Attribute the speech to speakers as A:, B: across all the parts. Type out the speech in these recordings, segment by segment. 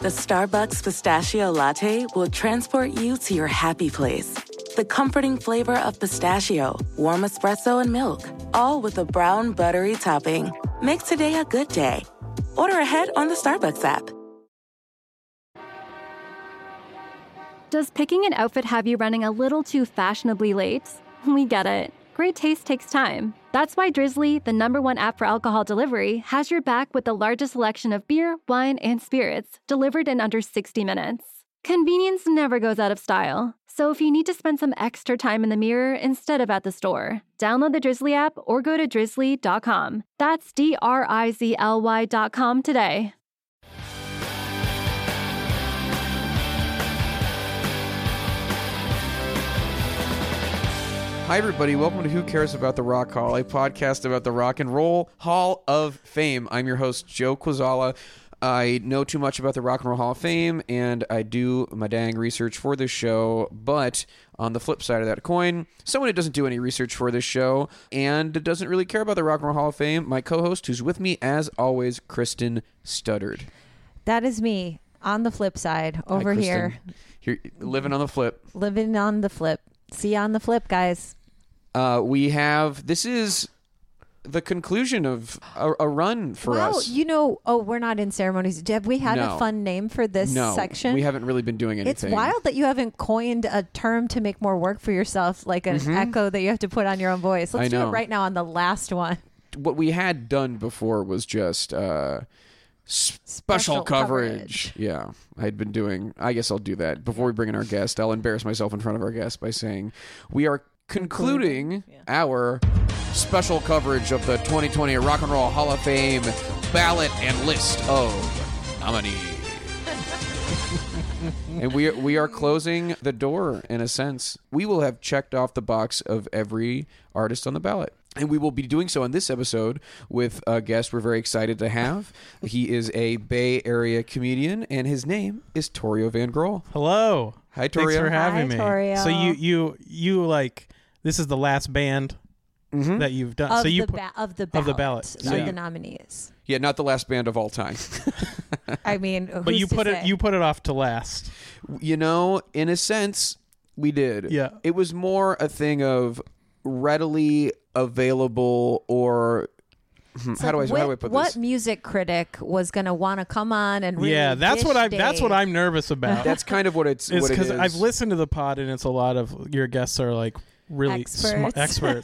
A: The Starbucks pistachio latte will transport you to your happy place. The comforting flavor of pistachio, warm espresso, and milk, all with a brown buttery topping, makes today a good day. Order ahead on the Starbucks app.
B: Does picking an outfit have you running a little too fashionably late? We get it. Great taste takes time. That's why Drizzly, the number one app for alcohol delivery, has your back with the largest selection of beer, wine, and spirits delivered in under 60 minutes. Convenience never goes out of style. So if you need to spend some extra time in the mirror instead of at the store, download the Drizzly app or go to drizzly.com. That's D R I Z L Y.com today.
C: Hi, everybody. Welcome to Who Cares About the Rock Hall, a podcast about the Rock and Roll Hall of Fame. I'm your host, Joe Quazala. I know too much about the Rock and Roll Hall of Fame, and I do my dang research for this show. But on the flip side of that coin, someone who doesn't do any research for this show and doesn't really care about the Rock and Roll Hall of Fame, my co host, who's with me as always, Kristen Studdard.
D: That is me on the flip side
C: Hi,
D: over
C: Kristen.
D: here,
C: Here, living on the flip.
D: living on the flip. See you on the flip, guys.
C: Uh, we have this is the conclusion of a, a run for
D: wow,
C: us.
D: you know, oh, we're not in ceremonies. Have we had
C: No.
D: a fun name for this
C: no,
D: section?
C: we haven't really been doing anything.
D: It's wild that you haven't coined a term to make more work for yourself, like
E: Mm-hmm.
D: an echo that you have to put on your own voice. Let's
C: I
D: do
C: know.
D: it right now on the last one.
C: what we had done before was just uh, special,
D: Special
C: coverage.
D: coverage.
C: Yeah, I'd been doing. I guess I'll do that before we bring in our guest. I'll embarrass myself in front of our guest by saying we are concluding our special coverage of the 2020 Rock and Roll Hall of Fame ballot and list of nominees. and we we are closing the door in a sense. We will have checked off the box of every artist on the ballot. And we will be doing so on this episode with a guest we're very excited to have. He is a Bay Area comedian, and his name is Torio Van Grohl.
E: Hello.
C: Hi,
E: Thanks
C: Torio.
E: for having
D: Hi,
E: me.
D: Torio.
E: So you you you like this is the last band
C: Mm-hmm. Hmm?
E: that you've done.
D: Of,
E: so you
D: the
E: put-
D: ba- of the
E: of
D: ballot,
E: the ballot.
D: of
E: Yeah.
D: the nominees.
C: Yeah, not the last band of all time.
D: I mean, who's
E: but you
D: to
E: put it
D: say?
E: you put it off to last.
C: you know, in a sense, we did.
E: Yeah.
C: It was more a thing of readily available or hmm,
D: It's
C: how do I
D: like,
C: how do I
D: what-
C: put
D: what
C: this?
D: music critic was going to want to come on and really
E: yeah, that's what
D: dish
E: I'm that's what
D: Dave?
E: I'm nervous about.
C: That's kind of what it's
E: is
C: what it
E: because
C: is.
E: I've listened to the pod and it's a lot of your guests are like really sm-
D: Experts.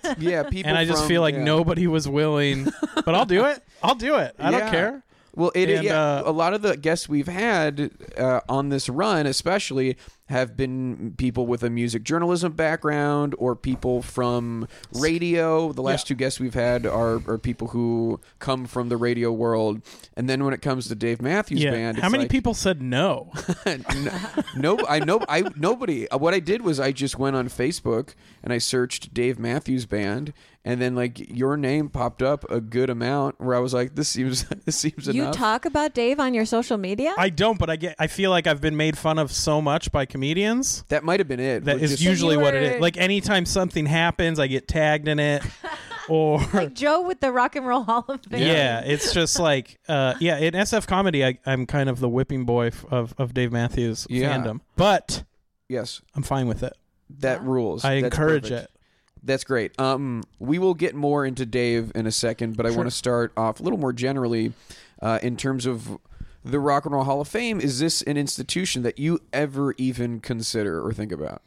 E: experts.
C: Yeah, people.
E: and I just
C: from-
E: feel like
C: yeah.
E: nobody was willing. but I'll do it. I'll do it. I
C: Yeah.
E: don't care.
C: Well, it
E: And,
C: yeah,
E: uh,
C: a lot of the guests we've had uh, on this run, especially, have been people with a music journalism background or people from radio. The last two guests we've had are, are people who come from the radio world. And then when it comes to Dave Matthews
E: Yeah.
C: Band,
E: How
C: it's
E: many
C: like-
E: people said no?
C: no, no- I no, I nobody. uh, What I did was I just went on Facebook and I searched Dave Matthews Band, and then like your name popped up a good amount. Where I was like, this seems this seems
D: You
C: enough.
D: talk about Dave on your social media?
E: I don't, but I get I feel like I've been made fun of so much by comedians.
C: that might have been it.
E: That
C: We're
E: is
C: just-
E: usually what it
D: were-
E: is. Like anytime something happens, I get tagged in it, or
D: Joe with the Rock and Roll Hall of Fame.
E: yeah, it's just like uh, yeah. In SF comedy, I, I'm kind of the whipping boy f- of of Dave Matthews
C: Yeah.
E: fandom, but
C: yes,
E: I'm fine with it.
C: that rules.
E: I
C: That's
E: encourage
C: perfect.
E: it.
C: That's great. Um, we will get more into Dave in a second, but I want to start off a little more generally uh, in terms of the Rock and Roll Hall of Fame, is this an institution that you ever even consider or think about?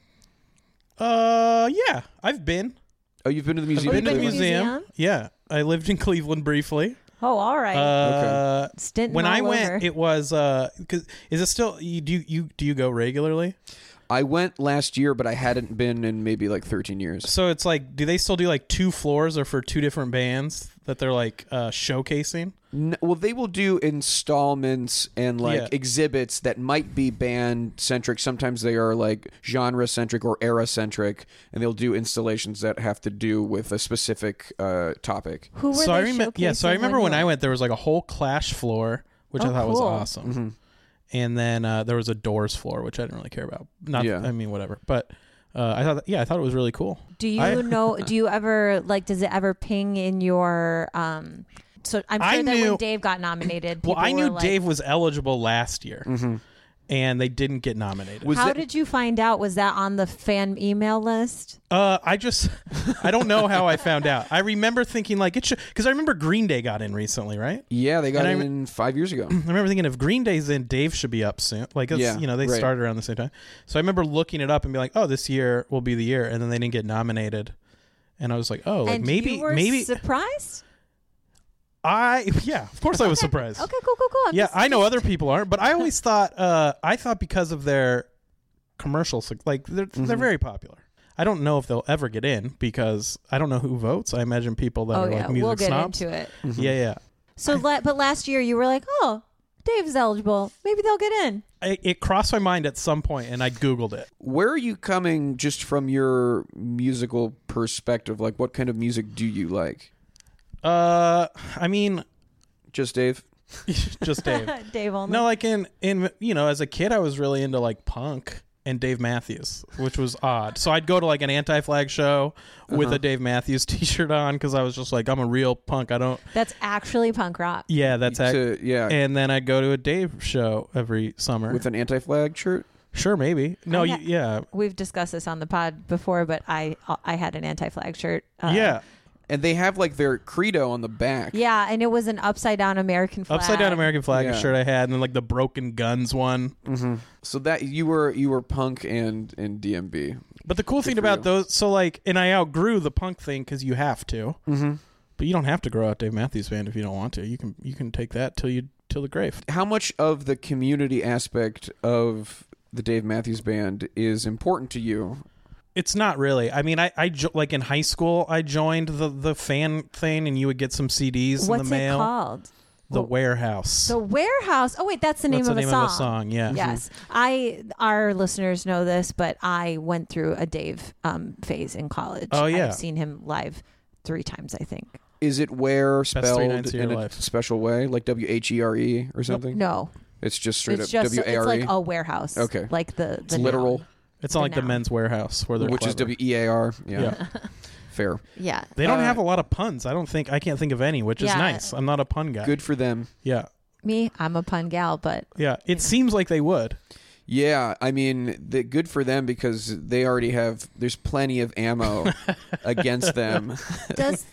E: Uh, yeah, I've been.
C: Oh, you've been to the
E: I've
C: museum.
E: been
C: in
E: to the
D: been
C: Cleveland?
D: to the
E: museum.
D: museum?
E: Yeah, I lived in Cleveland briefly.
D: Oh, all right.
E: Uh,
D: Stinting
E: when
D: all
E: I went,
D: over.
E: it was uh, 'cause- is it still you do you do you go regularly?
C: I went last year, but I hadn't been in maybe like 13 years.
E: So it's like, do they still do like two floors or for two different bands that they're like uh, showcasing?
C: N- well, they will do installments and like
E: Yeah.
C: exhibits that might be band centric. Sometimes they are like genre centric or era centric, and they'll do installations that have to do with a specific uh, topic.
D: Who were
E: so I
D: they
E: remember, yeah. So I
D: showcasing
E: remember when
D: year?
E: I went, there was like a whole Clash floor, which I
D: Oh,
E: thought was
D: cool.
E: awesome,
C: Mm-hmm.
E: and then uh, there was a Doors floor, which I didn't really care about. Not,
C: Yeah.
E: I mean, whatever. But uh, I thought, yeah, I thought it was really cool.
D: Do you
E: I-
D: know? Do you ever like? Does it ever ping in your? um So I'm sure
E: I
D: that
E: knew-
D: when Dave got nominated, people
E: Well, I
D: were
E: knew
D: like,
E: Dave was eligible last year, and they didn't get nominated.
C: Was
D: How
C: that-
D: did you find out? Was that on the fan email list?
E: Uh, I just, I don't know how I found out. I remember thinking like it should, because I remember Green Day got in recently, right?
C: yeah, they got
E: And I-
C: in five years ago.
E: I remember thinking if Green Day's in, Dave should be up soon. Like, that's,
C: Yeah,
E: you know, they
C: right.
E: started around the same time. So I remember looking it up and being like, oh, this year will be the year, and then they didn't get nominated, and I was like, oh, like
D: and
E: maybe,
D: you were
E: maybe
D: surprised.
E: I, yeah, of course I was surprised.
D: Okay, cool, cool, cool. I'm
E: yeah,
D: just-
E: I know other people aren't, but I always thought, uh, I thought because of their commercial, suc- like they're
C: Mm-hmm.
E: they're very popular. I don't know if they'll ever get in because I don't know who votes. I imagine people that
D: Oh
E: are
D: yeah,
E: like music
D: we'll get
E: snobs.
D: into it.
C: Mm-hmm.
E: Yeah, yeah.
D: So, la- but last year you were like, oh, Dave's eligible. Maybe they'll get in.
E: I, it crossed my mind at some point, and I googled it.
C: Where are you coming just from your musical perspective? Like, what kind of music do you like?
E: Uh, I mean,
C: Just Dave?
E: just Dave.
D: Dave only.
E: no, like in in you know, as a kid, I was really into like punk and Dave Matthews, which was odd. So I'd go to like an anti-flag show with a Dave Matthews T-shirt on because I was just like, I'm a real punk. I don't.
D: That's actually punk rock.
E: Yeah, that's ac-
C: To- yeah.
E: and then I'd go to a Dave show every summer.
C: With an anti flag shirt?
E: sure, maybe. No,
D: I
E: you,
D: ha-
E: yeah,
D: We've discussed this on the pod before, but I I had an anti-flag shirt. Uh,
E: yeah.
C: And they have like their credo on the back.
D: Yeah, and it was an upside down American flag.
E: Upside down American flag
C: Yeah.
E: shirt I had, and then like the broken guns one.
C: So that you were you were punk and and DMB.
E: But the cool thing about those, so like, and I outgrew the punk thing because you have to. Mm-hmm. But you don't have to grow out Dave Matthews Band if you don't want to. You can you can take that till you till the grave.
C: How much of the community aspect of the Dave Matthews Band is important to you?
E: It's not really. I mean, I I jo- like in high school I joined the the fan thing, and you would get some CDs
D: What's
E: in the mail.
D: it called?
E: The warehouse.
D: The warehouse. Oh wait, that's the name,
E: That's
D: of,
E: the name
D: a song.
E: of a song. Mm-hmm. Yeah.
D: Yes, I our listeners know this, but I went through a Dave um, phase in college.
E: Oh, yeah.
D: I've seen him live three times, I think.
C: Is it where spelled
E: nights of your
C: in a
E: life.
C: special way, like W H E R E or something?
D: No,
C: it's just straight
D: it's
C: up
D: just
C: W A
D: it's
C: R E,
D: like a warehouse.
C: Okay.
D: like the, the
C: It's literal,
D: noun.
E: It's not like the
D: noun.
E: men's warehouse where they're
C: which is
E: clever.
C: W E A R. Yeah,
E: Yeah.
C: fair.
D: Yeah,
E: They don't
C: Uh,
E: have a lot of puns. I don't think I can't think of any, which is
D: Yeah.
E: nice. I'm not a pun guy.
C: Good for them.
E: Yeah.
D: me, I'm a pun gal, but
E: Yeah. It seems like they would.
C: Yeah, I mean, the, good for them because they already have. There's plenty of ammo against them.
D: does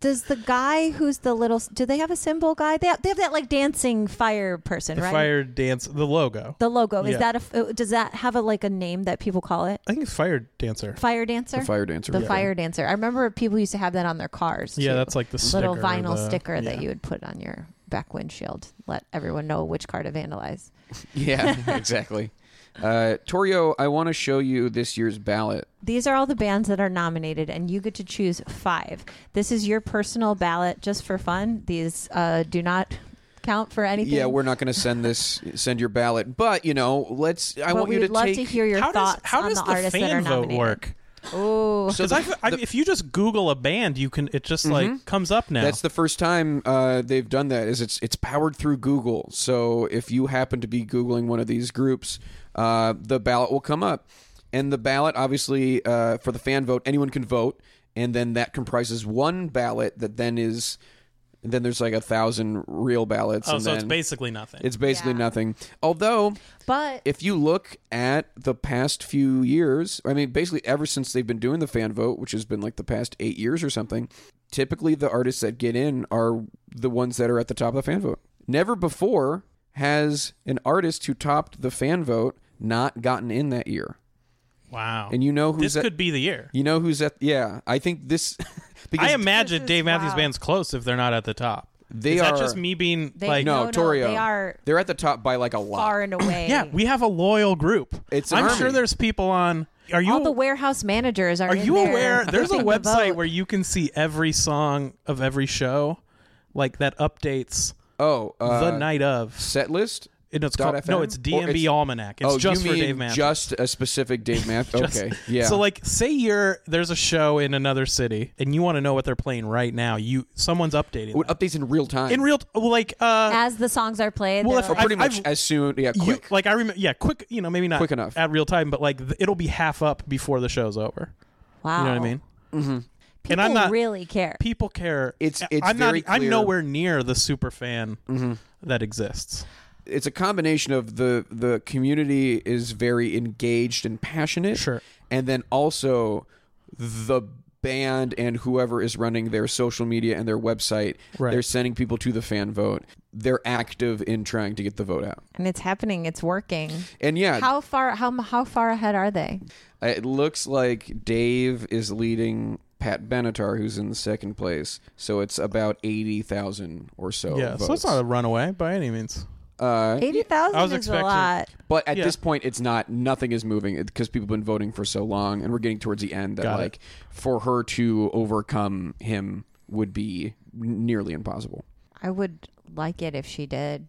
D: does the guy who's the little do they have a symbol guy? They have, they have that like dancing fire person,
E: The
D: right?
E: fire dance the logo.
D: The logo
E: Yeah.
D: is that a uh, does that have a like a name that people call it?
E: I think it's fire dancer.
D: Fire dancer.
C: The fire dancer.
D: The
C: yeah.
D: fire dancer. I remember people used to have that on their cars.
E: Yeah,
D: too.
E: that's like the
D: little
E: sticker,
D: vinyl
E: the-
D: sticker that
E: yeah.
D: you would put on your back windshield. Let everyone know which car to vandalize.
C: Yeah, exactly. Uh, Torio, I want to show you this year's ballot.
D: These are all the bands that are nominated, and you get to choose five. This is your personal ballot just for fun. These uh, do not count for anything.
C: Yeah, we're not going to send this send your ballot, but you know, let's. I
D: But
C: want you
D: we'd
C: to
D: love
C: take.
D: to hear your
E: how does
D: thoughts
E: how
D: on
E: does
D: the,
E: the,
D: artists that are
E: fan vote
D: nominated.
E: work?
D: Ooh,
C: So
E: Because
C: the-
E: if you just Google a band, you can it just
D: Mm-hmm.
E: like comes up now.
C: That's the first time uh, they've done that. Is it's it's powered through Google. So if you happen to be googling one of these groups, uh, the ballot will come up, and the ballot obviously uh, for the fan vote, anyone can vote, and then that comprises one ballot that then is, and then there's like a thousand real ballots.
E: oh,
C: and
E: so it's
C: then
E: basically nothing.
C: It's basically
D: Yeah.
C: nothing. Although,
D: but
C: if you look at the past few years, I mean, basically ever since they've been doing the fan vote, which has been like the past eight years or something, typically the artists that get in are the ones that are at the top of the fan vote. Never before has an artist who topped the fan vote not gotten in that year.
E: Wow.
C: And you know who's
F: This
C: at,
F: could be the year.
C: you know who's at yeah, I think this because
E: I imagine
D: is
E: Dave Matthews
D: wild.
E: Band's close if they're not at the top.
C: They
E: is that
C: are-
E: just me being
D: They-
E: like
C: no,
D: No, no,
C: Torio.
D: they are
C: they're at the top by like a lot.
D: far and away.
E: Yeah, we have a loyal group.
C: It's an
E: I'm
C: army.
E: sure there's people on Are you
D: all the warehouse managers are.
E: Are
D: in
E: you
D: there
E: aware there's a
D: fixing the
E: website
D: boat.
E: where you can see every song of every show like that updates
C: Oh, uh,
E: the night of.
C: set list.
E: And it's
C: dot
E: called, no,
C: FM?
E: it's
C: Or
E: DMB Almanac. It's
C: oh,
E: just
C: you
E: for
C: mean
E: Dave Matthews.
C: Just a specific Dave Matthews.
E: Just-
C: okay, yeah.
E: So like say you're there's a show in another city and you want to know what they're playing right now. You someone's updating.
C: With
E: that.
C: updates in real time.
E: in real t- like uh
D: as the songs are played.
E: Well,
D: they're
E: if
C: or
D: like,
C: pretty
E: I've-
C: much
E: I've-
C: as soon. Yeah,
E: you-
C: quick.
E: like I remember, yeah, quick. You know, maybe not
C: Quick enough.
E: at real time, but like th- it'll be half up before the show's over.
D: wow.
E: You know what I mean?
D: People
E: I'm not-
D: really care.
E: People care.
C: It's- it's
E: I'm
C: very
E: not.
C: clear. Mm-hmm.
E: I'm nowhere near the super fan that exists.
C: it's a combination of the the community is very engaged and passionate
E: Sure.
C: and then also the band and whoever is running their social media and their website
E: Right.
C: they're sending people to the fan vote they're active in trying to get the vote out
D: and it's happening. It's working.
C: and yeah
D: How far? How how far ahead are they?
C: it looks like dave is leading pat benatar who's in the second place so it's about 80,000 or so
E: yeah,
C: Oh, votes.
E: so it's not a runaway by any means.
C: uh,
D: Eighty
E: I was
D: thousand is a
E: expecting-
D: lot.
C: But at
E: Yeah.
C: this point, it's not. Nothing is moving because people have been voting for so long, and we're getting towards the end that
E: Got it.
C: like for her to overcome him would be nearly impossible.
D: I would like it if she did.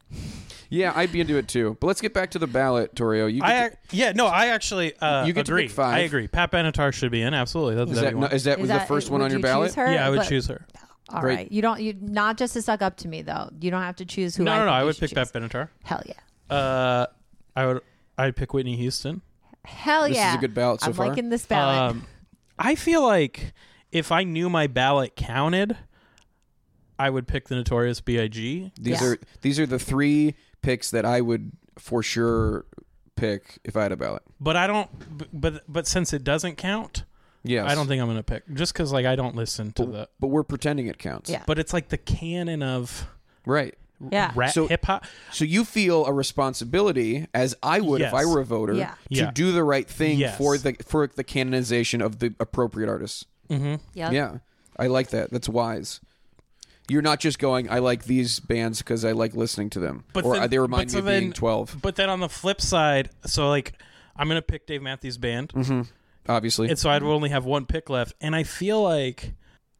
C: Yeah, I'd be into it too. But let's get back to the ballot, Torio. You
E: I
C: get
E: ac- yeah no, I actually uh,
C: You get to
E: agree.
C: pick five.
E: I agree. Pat Benatar should be in. Absolutely, that's
C: to- is that no- is that
D: Is
C: was the
D: that-
C: first one
D: would
C: on your
D: you
C: ballot?
D: choose her?
E: yeah, I would
D: But-
E: choose her.
D: All
C: Great.
D: right. You don't. You not just to suck up to me though. You don't have to choose who.
E: No,
D: I
E: no, no.
D: think
E: I
D: you
E: would
D: should
E: pick Pat
D: choose.
E: Benatar.
D: Hell yeah.
E: Uh, I would. I'd pick Whitney Houston.
D: Hell
C: This is
D: yeah.
C: a good ballot so
D: I'm
C: far.
D: liking this ballot.
E: Um, I feel like if I knew my ballot counted, I would pick the Notorious B.I.G.
C: These
D: Yeah.
C: are these are the three picks that I would for sure pick if I had a ballot.
E: But I don't. b- But but since it doesn't count,
C: Yes,
E: I don't think I'm gonna pick just because like I don't listen to the.
C: But we're pretending it counts.
D: Yeah.
E: But it's like the canon of
C: Right.
D: yeah.
E: rap
C: So-
E: hip hop.
C: So you feel a responsibility, as I would if I
E: Yes.
C: were a voter,
D: Yeah.
C: to
E: Yeah.
C: do the right thing
E: Yes.
C: for the for the canonization of the appropriate artists.
E: Mm-hmm.
D: Yep.
C: Yeah, I like that. That's wise. You're not just going. I like these bands because I like listening to them,
E: But
C: or uh,
E: then-
C: they remind
E: but
C: me
E: so
C: of
E: then-
C: being twelve.
E: But then on the flip side, so like I'm gonna pick Dave Matthews Band,
C: Mm-hmm. Obviously,
E: and so I'd only have one pick left, and I feel like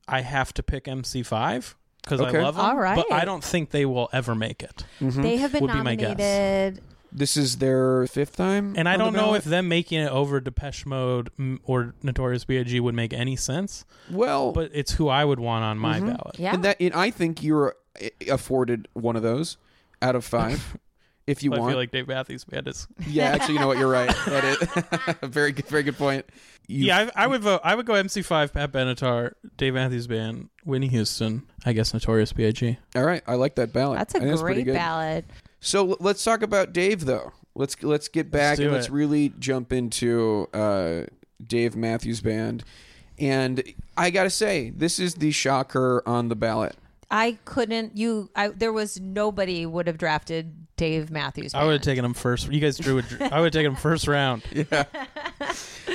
E: I have to pick MC5 because
C: Okay.
E: I love them.
D: All right.
E: But I don't think they will ever make it,
D: They have been
E: Um, mhm, Would be my guess.
D: nominated.
C: Mm-hmm. this is their fifth time,
E: and I
C: on the
E: don't know
C: ballot?
E: if them making it over Depeche Mode mm, or Notorious B.I.G. would make any sense.
C: well,
E: But it's who I would want on my
C: Mm-hmm.
E: ballot.
D: Yeah.
C: and that and I think you're uh, afforded one of those out of five. If you
E: I
C: want,
E: feel like Dave Matthews Band is.
C: yeah. Actually, you know what? You're right. That is very good. Very good point. You
E: yeah, I, I would vote. I would go MC5, Pat Benatar, Dave Matthews Band, Whitney Houston. I guess Notorious B.I.G.
C: All right, I like that ballot.
D: That's
C: I
D: a
C: think pretty
D: great
C: good.
D: ballot.
C: So l- let's talk about Dave though. Let's let's get back
E: do
C: and let's
E: it.
C: really jump into uh, Dave Matthews Band. And I gotta say, this is the shocker on the ballot.
D: I couldn't. You. I. There was nobody would have drafted Dave Matthews.
E: I would have
D: Band.
E: taken him first. You guys drew. A, I would have taken him first round.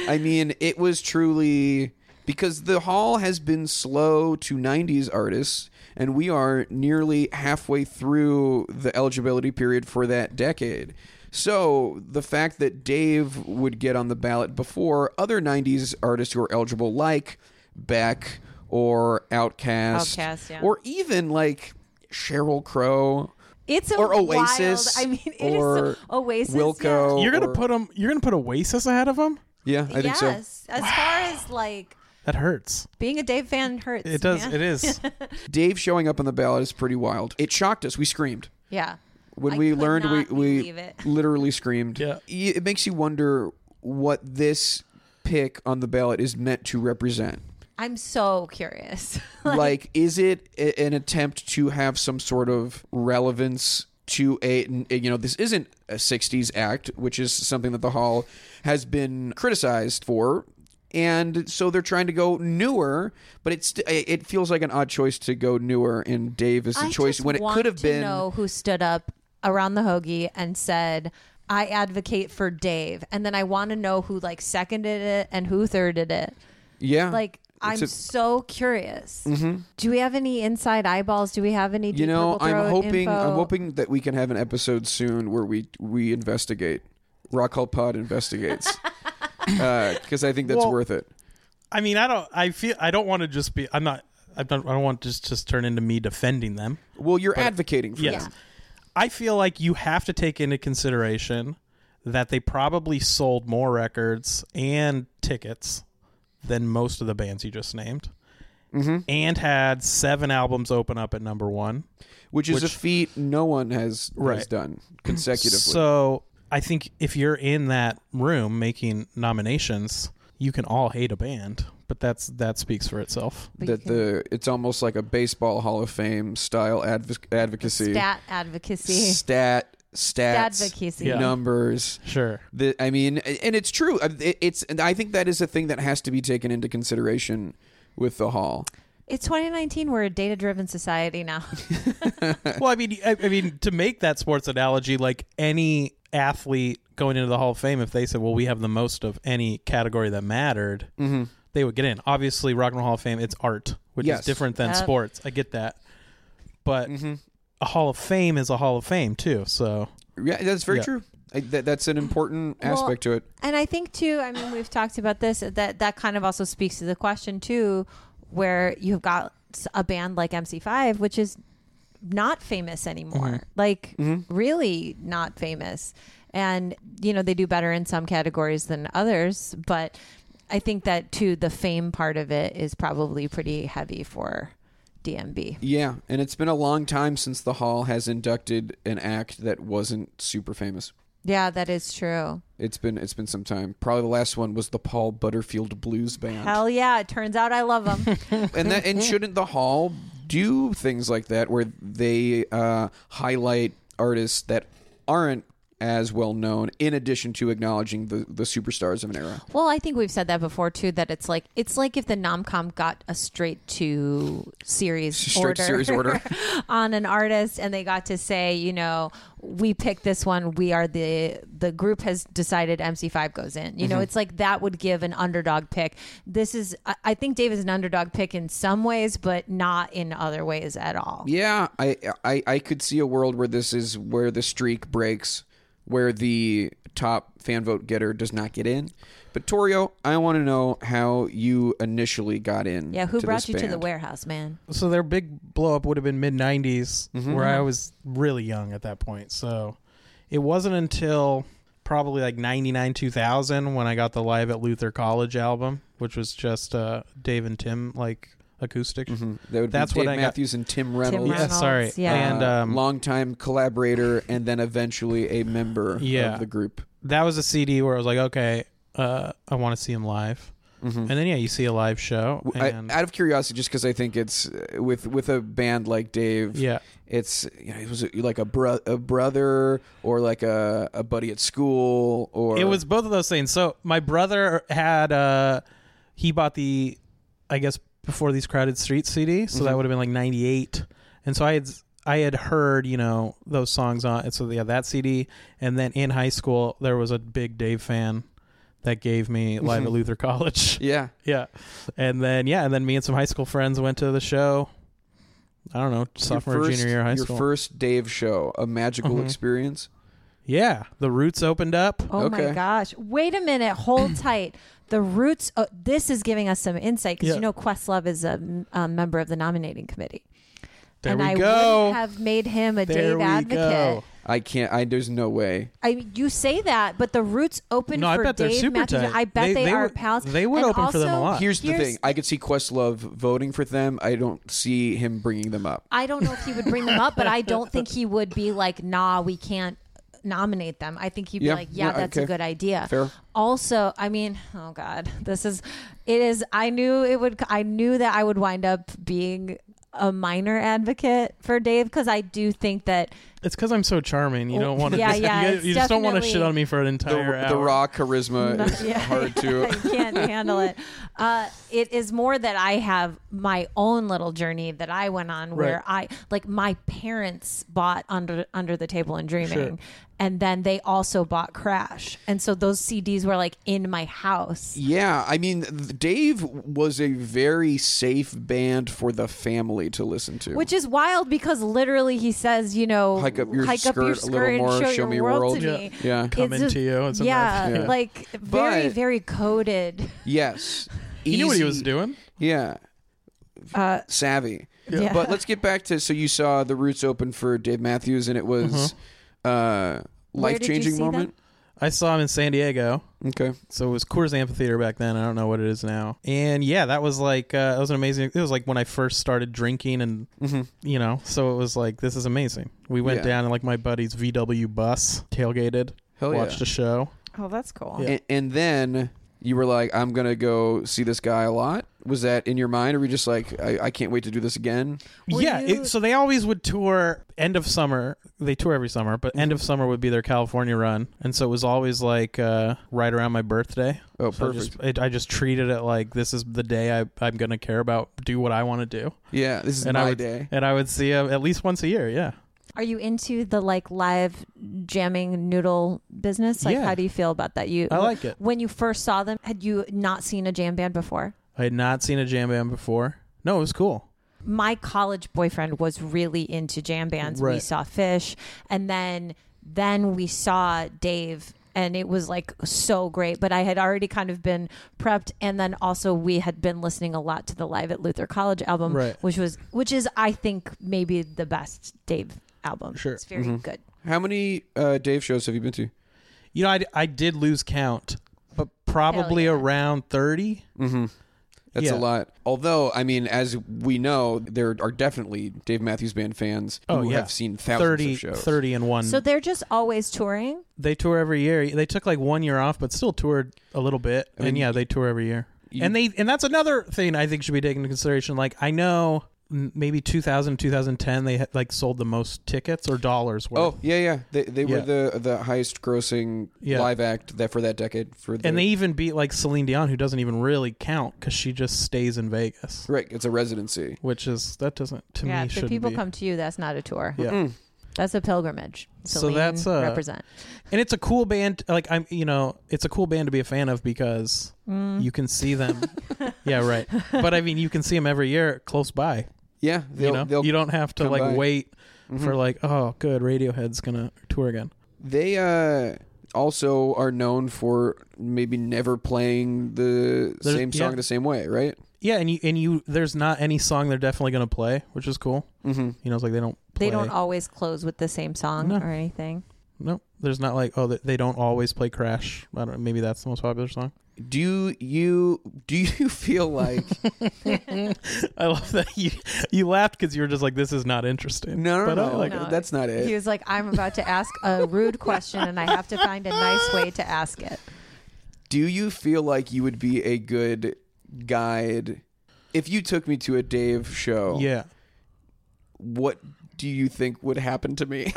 C: I mean, it was truly because the hall has been slow to 90s artists, and we are nearly halfway through the eligibility period for that decade. So the fact that Dave would get on the ballot before other 90s artists who are eligible, like Beck or Outkast,
D: Outkast, yeah.
C: or even like Cheryl Crow.
D: It's a
C: or Oasis,
D: Wild, I mean, it is
C: or
D: so, Oasis.
C: Wilco.
E: You're gonna
C: or-
E: put him. You're gonna put Oasis ahead of him.
C: Yeah, I
D: Yeah.
C: think so.
D: yes. As far as like
E: That hurts.
D: being a Dave fan hurts.
E: It does.
D: man.
E: It is.
C: Dave showing up on the ballot is pretty wild. It shocked us. We screamed.
D: Yeah.
C: When
D: I
C: we
D: could
C: learned, we,
D: not
C: we
D: believe it.
C: literally screamed.
E: Yeah.
C: Y- It makes you wonder what this pick on the ballot is meant to represent.
D: I'm so curious.
C: like, is it a- an attempt to have some sort of relevance to a, n- you know, this isn't a 60s act, which is something that the Hall has been criticized for. And so they're trying to go newer, but it's it feels like an odd choice to go newer. And Dave is the
D: I
C: choice
D: just
C: when it
D: want
C: could have
D: to
C: been
D: know who stood up around the hoagie and said, I advocate for Dave. And then I want to know who like seconded it and who thirded it.
C: Yeah.
D: Like, I'm
C: It's a- Mm-hmm.
D: so curious. Do we have any inside eyeballs? Do we have any?
C: you
D: Deep
C: know,
D: Purple
C: I'm
D: Throat
C: hoping I'm
D: info?
C: hoping that we can have an episode soon where we we investigate. Rock Hall Pod investigates. Because I think that's
E: Well-
C: worth it.
E: I mean, I don't. I feel I don't want to just be. I'm not. I don't. I don't want to just just turn into me defending them.
C: Well, you're advocating for
E: Yes.
C: them.
E: I feel like you have to take into consideration that they probably sold more records and tickets than most of the bands you just named. And had seven albums open up at number one.
C: which is a
E: Which-
C: feat no one has, has
E: Right.
C: done consecutively.
E: So I think if you're in that room making nominations, you can all hate a band, but that's that speaks for itself.
C: that the it's almost like a baseball Hall of Fame style adv- advocacy,
D: stat advocacy.
C: stat, stats,
D: Advocacy. Yeah.
C: numbers.
E: Sure.
C: The, I mean, and it's true. uh, It- It's and I think that is a thing that has to be taken into consideration with the hall.
D: It's 2019. We're a data driven society now.
E: well, I mean, I, I mean, to make that sports analogy, like any athlete going into the Hall of Fame, if they said, "Well, we have the most of any category that mattered,"
C: Mm-hmm.
E: they would get in. Obviously, Rock and Roll Hall of Fame, it's art, which
C: Yes. Mm-hmm.
E: is different than
D: Yep.
E: sports. I get that, but a Hall of Fame is a Hall of Fame too. So
C: Yeah, that's very
E: Yeah.
C: true. I, that, that's an important
D: Well,
C: aspect to it.
D: and I think too. I mean, we've talked about this. That that kind of also speaks to the question too, where you've got s- a band like MC5, which is not famous anymore. Like really not famous. And you know they do better in some categories than others, but I think that too the fame part of it is probably pretty heavy for DMB.
C: Yeah, and it's been a long time since the hall has inducted an act that wasn't super famous.
D: Yeah, that is true.
C: It's been it's been some time. Probably the last one was the Paul Butterfield Blues Band.
D: Hell yeah! It turns out I love them.
C: and that and shouldn't the hall do things like that where they uh, highlight artists that aren't as well known in addition to acknowledging the, the superstars of an era
D: Well, I think we've said that before too. That it's like it's like if the nomcom got a straight to series
C: Straight to
D: order,
C: series order.
D: on an artist, and they got to say, you know, we picked this one. We are the the group has decided MC5 goes in.
C: Mm-hmm.
D: You know, it's like that would give an underdog pick. This is, I, I think, Dave is an underdog pick in some ways, but not in other ways at all.
C: yeah I, I i could see a world where this is where the streak breaks where the top fan vote getter does not get in but torio i want to know how you initially got in
D: Yeah, who
C: to
D: brought
C: this
D: you to the
C: band.
D: warehouse, man?
E: so their big blow up would have been mid 90s
C: Mm-hmm.
E: where i was really young at that point so it wasn't until probably like 99 2000 when i got the live at luther college album which was just uh, dave and tim like acoustic
C: Mm-hmm. that would
E: That's
C: be Dave
E: what I got.
C: Matthews and Tim Reynolds,
E: yeah
D: Reynolds,
E: sorry
D: yeah.
E: and
C: Uh,
E: um,
C: longtime collaborator, and then eventually a member
E: Yeah.
C: of the group.
E: that was a cd where i was like okay uh, i want to see him live and then yeah you see a live show
C: Mm-hmm. I,
E: and
C: out of curiosity, just because I think it's uh, with with a band like Dave,
E: Yeah.
C: it's you know it was like a bro- a brother or like a, a buddy at school or
E: It was both of those things. So my brother had uh he bought the I guess before these crowded streets CD, so
C: Mm-hmm.
E: that would have been like 98. And so I had I had heard, you know, those songs on and so yeah, that CD and then in high school there was a big Dave fan that gave me live at Luther College.
C: yeah.
E: Yeah. And then yeah, and then me and some high school friends went to the show. I don't know, sophomore
C: your first,
E: junior year of high
C: your
E: school. Mm-hmm.
C: first Dave show, a magical experience.
E: yeah, the Roots opened up.
D: Oh
C: Okay.
D: my gosh. Wait a minute. Hold tight. The Roots. Oh, this is giving us some insight because
E: Yeah.
D: you know Questlove is a, a member of the nominating committee.
E: There
D: and
E: we
D: I
E: go.
D: would have made him a
E: There
D: Dave
E: we
D: advocate.
E: go.
C: I can't. I there's no way.
D: I mean, you say that, but the Roots open
E: No, I
D: for
E: bet they're
D: Dave
E: super
D: Matthews.
E: tight.
D: I bet
E: They-
D: they,
E: they
D: are
E: would-
D: pals.
E: they would
D: And
E: open for them a
D: also-
E: lot.
C: Here's, the thing. I could see Questlove voting for them. I don't see him bringing them up.
D: I don't know if he would bring them up, but I don't think he would be like, nah, we can't nominate them. I think he'd be
C: Yeah.
D: like, yeah,
C: Yeah,
D: that's
C: okay.
D: a good idea.
C: Fair.
D: Also, I mean, oh God, this is, it is, I knew it would, I knew that I would wind up being a minor advocate for Dave because I do think that
E: It's because I'm so charming. You don't want to.
D: Yeah,
E: just,
D: yeah,
E: You, guys-
D: it's
E: you just don't want to
D: definitely-
E: shit on me for an entire
C: Oh. The,
E: hour.
C: the raw charisma is
D: Yeah.
C: hard to.
D: I can't handle it. Uh, it is more that I have my own little journey that I went on where I like my parents bought under under the table and dreaming, and then they also bought Crash, and so those CDs were like in my house.
C: Yeah, I mean, th- Dave was a very safe band for the family to listen to.
D: Which is wild because literally he says, you know,
C: Hike up your
D: hike up your
C: skirt a little
D: skirt
C: more,
D: and show,
C: show
D: your
C: me
D: world,
C: world."
D: to
C: Yeah.
D: me.
C: Yeah.
D: It's
C: Come
E: into
D: just-
E: you, it's
D: yeah,
E: enough. Yeah.
D: like very,
C: But-
D: very coded.
C: yes,
E: He knew what he
C: Easy-
E: was doing.
C: Yeah,
D: Uh,
C: savvy.
D: Yeah.
C: But let's get back to so you saw the Roots open for Dave Matthews, and it was uh,
E: Mm-hmm.
D: Where did you
C: life changing
D: see them?
C: moment.
E: I saw him in San Diego.
C: Okay,
E: So it was Coors Amphitheater back then. I don't know what it is now. And yeah, that was like uh, that was an amazing. It was like when I first started drinking, and
C: Mm-hmm.
E: you know, so it was like this is amazing. We went
C: Yeah.
E: down in like my buddy's VW bus, tailgated,
C: Hell yeah.
E: watched a show.
D: oh, that's cool.
C: and, and then you were like, "I'm gonna go see this guy a lot." Was that in your mind, or were you just like, "I, I can't wait to do this again"?
D: Were
E: yeah,
D: you-
E: it, so they always would tour end of summer. They tour every summer, but
D: Mm-hmm.
E: end of summer would be their California run, and so it was always like uh, right around my birthday.
C: Oh,
E: So I
C: perfect.
E: just- it- I just treated it like this is the day I, I'm going to care about, do what I want to do,
C: Yeah, this is
E: and
C: my
E: I would
C: day.
E: and I would see him at least once a year. Yeah.
D: Are you into the like live jamming noodle business? Like,
E: Yeah.
D: how do you feel about that? You,
E: I like it.
D: When you first saw them, had you not seen a jam band before?
E: I had not seen a jam band before. No, it was cool.
D: My college boyfriend was really into jam bands. We
E: Right.
D: saw Fish, and then then we saw Dave. And it was like so great, but I had already kind of been prepped, and then also we had been listening a lot to the Live at Luther College album,
E: Right.
D: which was which is I think maybe the best Dave album.
E: Sure.
D: it's very good.
C: How many uh, Dave shows have you been to?
E: You know, I, d- I did lose count, but probably
D: yeah.
E: around 30.
C: Mm-hmm. That's a
E: Yeah.
C: lot. Although, I mean, as we know, there are definitely Dave Matthews Band fans who
E: Oh, yeah.
C: have seen thousands
E: 30,
C: of shows.
E: 30 and one.
D: So they're just always touring.
E: they tour every year. They took like one year off, but still toured a little bit. and yeah, they tour every year. and they and that's another thing I think should be taken into consideration. Like I know m- maybe 2000 2010 they had, like sold the most tickets or dollars worth.
C: Oh yeah, yeah. They, they were
E: Yeah.
C: the the highest grossing
E: Yeah.
C: live act that for that decade. For the,
E: and they even beat like Celine Dion, who doesn't even really count because she just stays in Vegas,
C: right, it's a residency.
E: which is that doesn't to
D: Yeah,
E: me
D: if the
E: should
D: people
E: be.
D: come to you, that's not a tour.
E: Yeah.
D: That's a pilgrimage.
E: So
D: Celine,
E: that's, uh,
D: represent.
E: and it's a cool band like i'm you know it's a cool band to be a fan of because
D: Mm.
E: you can see them yeah right but i mean you can see them every year close by
C: Yeah, they'll,
E: you know
C: they'll, Mm-hmm.
E: you don't have to
C: come
E: like
C: by.
E: wait for like oh good radiohead's gonna tour again
C: They uh, also are known for maybe never playing the
E: There's-
C: same
E: yeah.
C: song the same way, right?
E: yeah and you and you there's not any song they're definitely gonna play which is cool mm-hmm. you know it's like they don't play.
D: They don't always close with the same song
E: No.
D: or anything.
E: no there's not like oh they- they don't always play crash i don't know maybe that's the most popular song
C: Do you do you feel like
E: i love that you you laughed because you were just like this is not interesting
C: no no
E: But I
C: no,
E: like it.
D: it.
C: that's not it.
D: He was like, "I'm about to ask a rude question, and I have to find a nice way to ask it."
C: Do you feel like you would be a good guide if you took me to a Dave show?
E: yeah
C: What do you think would happen to me?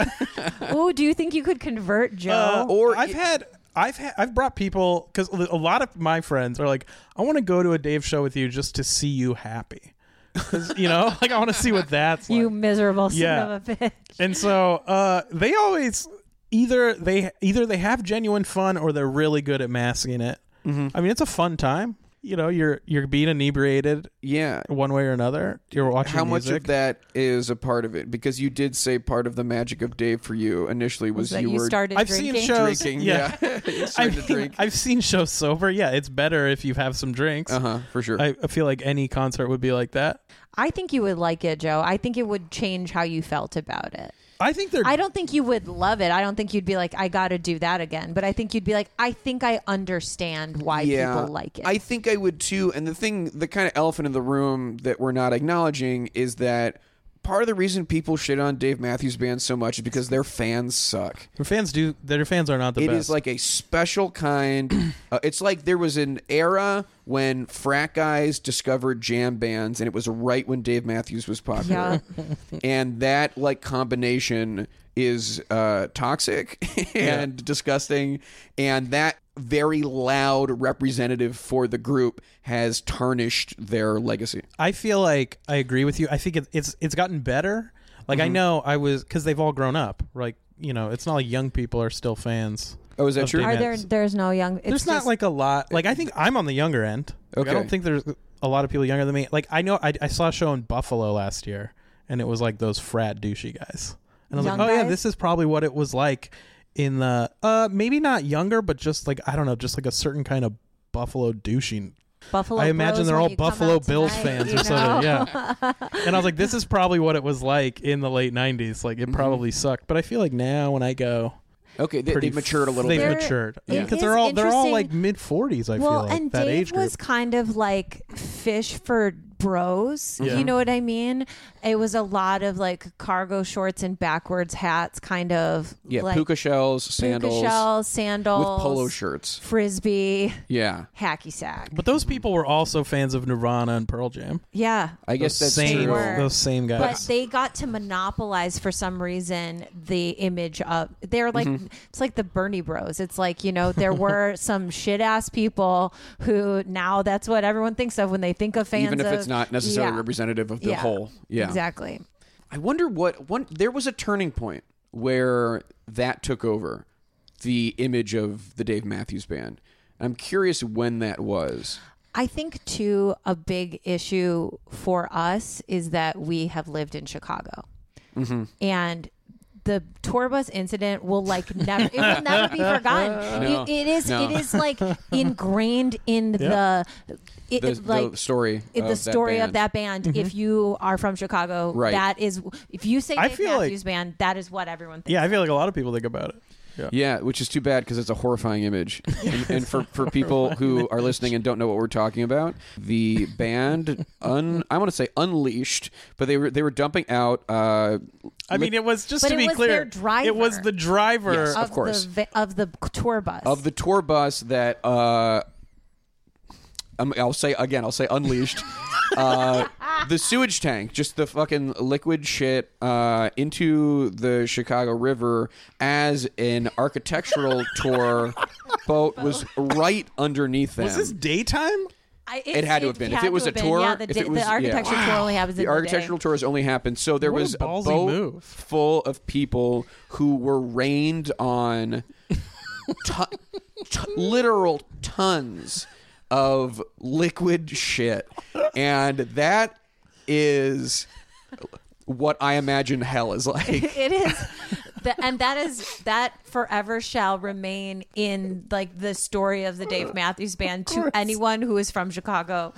D: Oh, do you think you could
E: Uh,
D: convert Joe?
C: Uh, or
E: I've had I've had I've brought people because a lot of my friends are like, I want to go to a Dave show with you just to see you happy, 'Cause, you know, like I want to see what that's
D: you
E: like.
D: miserable
E: Yeah.
D: son of a bitch.
E: And so uh, they always either they either they have genuine fun or they're really good at masking it.
C: Mm-hmm.
E: I mean, it's a fun time. You know, you're you're being inebriated
C: yeah.
E: one way or another. You're watching
C: How much
E: music.
C: of that is a part of it? Because you did say part of the magic of Dave for you initially was,
D: That
C: you,
D: you,
C: were
D: started
E: I've
D: drinking.
E: seen shows.
C: drinking.
E: Yeah,
C: Yeah, You
E: I
C: started to
E: mean,
C: drink.
E: I've seen shows sober. Yeah, it's better if you have some drinks.
C: Uh huh. For sure.
E: I I feel like any concert would be like that.
D: I think you would like it, Joe. I think it would change how you felt about it.
E: I think they're
D: I don't think you would love it. I don't think you'd be like, I got to do that again. But I think you'd be like, I think I understand why people like it.
C: I think I would too. And the thing, the kind of elephant in the room that we're not acknowledging is that part of the reason people shit on Dave Matthews Band so much is because their fans suck.
E: Their fans do. Their fans are not the
C: It is
E: best.
C: like a special kind. uh, it's like there was an era when frat guys discovered jam bands, and it was right when Dave Matthews was popular. And that like combination is uh, toxic and disgusting, and that very loud representative for the group has tarnished their legacy.
E: I feel like I agree with you. I think it, it's it's gotten better. Like
C: Mm-hmm.
E: I know I was because they've all grown up. Like you know, it's not like young people are still fans.
C: Oh, is that
E: of
C: true?
E: Dave
D: Are there?
E: Matthews.
D: There's no young. It's
E: there's not
D: just-
E: like a lot. Like I think I'm on the younger end. Like, I
C: Okay.
E: don't think there's a lot of people younger than me. Like I know I, I saw a show in Buffalo last year, and it was like those frat douchey guys. And I was
D: Young
E: like, oh yeah,
D: guys?
E: this is probably what it was like in the uh maybe not younger, but just like I don't know, just like a certain kind of Buffalo douching.
D: Buffalo.
E: I imagine
D: Bros
E: they're
D: when
E: all
D: you come
E: Buffalo
D: out
E: Bills
D: tonight,
E: fans
D: you
E: or something.
D: know?
E: Yeah. and I was like, this is probably what it was like in the late '90s. Like it probably sucked, but I feel like now when I go,
C: Okay, Mm-hmm. they,
E: pretty
C: they've matured a little
E: They've
C: bit.
D: They're-
E: matured
D: it
E: because
D: is
E: they're all they're all
D: interesting.
E: like mid forties. I
D: well,
E: feel like
D: and
E: that
D: Dave
E: age group.
D: was kind of like fish for bros.
E: Yeah.
D: You know what I mean? It was a lot of like cargo shorts and backwards hats, kind of
C: Yeah,
D: like
C: puka shells,
D: puka
C: sandals,
D: shells,
C: with
D: sandals,
C: polo shirts.
D: frisbee,
C: Yeah,
D: hacky sack.
E: but those people were also fans of Nirvana and Pearl Jam.
D: Yeah,
C: I guess
E: those
C: that's
E: same,
C: true.
D: Sure.
E: Those same
D: but
E: guys.
D: they got to monopolize for some reason the image of they're like
C: Mm-hmm.
D: it's like the Bernie Bros. It's like you know there were some shit ass people who now that's what everyone thinks of when they think of fans.
C: Even if
D: of-
C: it's not necessarily
D: Yeah.
C: representative of the
D: Yeah.
C: whole. Yeah,
D: exactly.
C: I wonder what one there was a turning point where that took over the image of the Dave Matthews band. I'm curious when that was.
D: I think too a big issue for us is that we have lived in Chicago,
C: Mm-hmm.
D: and the tour bus incident will like never it will never be forgotten.
C: No.
D: It- it is
C: No.
D: it is like ingrained in the it,
C: The,
D: like.
C: the story.
D: it-
C: of
D: the story
C: that band.
D: of that band. If you are from Chicago,
C: Right.
D: that is. If you say
E: Mm-hmm. I
D: Dave
E: feel like-
D: Matthews Band, that is what everyone thinks.
E: yeah, I feel like a lot of people think about it. Yeah.
C: Yeah, which is too bad because it's a horrifying image. and and for, for people who are listening and don't know what we're talking about, the band, un, I want to say unleashed, but they were they were dumping out. Uh,
E: I mean, it was just
D: But
E: to
D: it
E: be
D: was
E: clear,
D: their driver.
E: it was the driver.
C: Yes, of
D: the
C: course.
D: va- of the tour bus
C: of the tour bus that uh, um, I'll say again, I'll say unleashed. uh, the sewage tank, just the fucking liquid shit uh, into the Chicago River as an architectural tour boat was right underneath them.
E: Was this daytime?
D: I,
C: it had to have been. If it was a tour,
D: yeah, the,
C: if
D: da-
C: it was-
D: the architecture
C: yeah.
D: tour only happens in
C: the
D: the day.
C: architectural tours only happened. So there
E: What a
C: was a,
E: ballsy
C: boat
E: move.
C: full of people who were rained on ton- t- literal tons of liquid shit, and that is what I imagine hell is like.
D: it is the, and that is that forever shall remain in like the story of the dave matthews band to anyone who is from chicago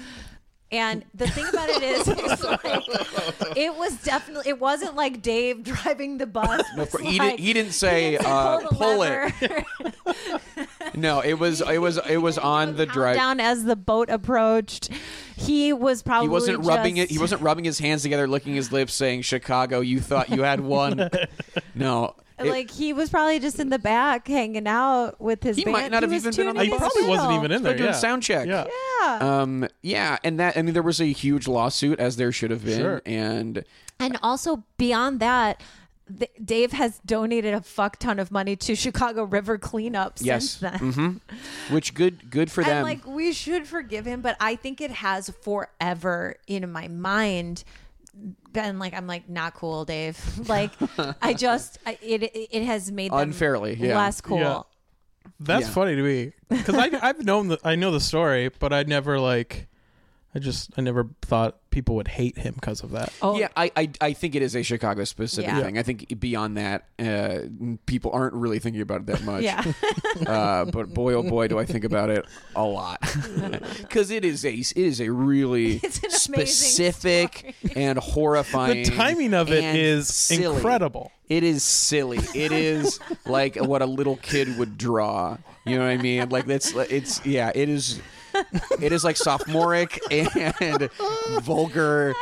D: and the thing about it is, is like, it was definitely it wasn't like dave driving the bus
C: Of course,
D: was
C: he,
D: like,
C: did, he didn't say
D: didn't say
C: uh,
D: pull the
C: pull it.
D: lever.
C: No, it was it was it was on the drive.
D: down as the boat approached he was probably
C: He wasn't rubbing it.
D: just-
C: He wasn't rubbing his hands together, licking his lips, saying, "Chicago, you thought you had one." no, it-
D: like he was probably just in the back hanging out with his
C: He
D: band.
C: might not have
D: was
C: even been on the bus.
D: tuning
E: He
D: his
E: probably wasn't
D: fiddle.
E: even in
C: They're
E: there.
C: doing
E: yeah.
C: sound check.
E: Yeah.
D: yeah
C: um, yeah, and that I mean, there was a huge lawsuit, as there should have been,
E: Sure.
C: and
D: and also beyond that th- Dave has donated a fuck ton of money to Chicago River cleanup
C: yes,
D: since then.
C: hmm which good, good for
D: And
C: them.
D: like we should forgive him, but I think it has forever in my mind been like I'm like not cool, Dave. Like I just I, it it has made them
C: Unfairly, yeah.
D: less cool.
E: Yeah. That's
C: Yeah.
E: funny to me because I've known the, I know the story, but I never like I just I never thought people would hate him because of that.
D: Oh,
C: yeah, I, I I think it is a Chicago specific
D: Yeah.
C: thing. I think beyond that, uh, people aren't really thinking about it that much.
D: yeah.
C: uh, but boy, oh boy, do I think about it a lot because it is a it is a really
D: It's an amazing
C: specific and
E: The
C: horrifying.
E: timing of it
C: and
E: is
C: silly.
E: incredible.
C: It is silly. It is like what a little kid would draw. You know what I mean? Like that's it's yeah. It is it is like sophomoric and vulgar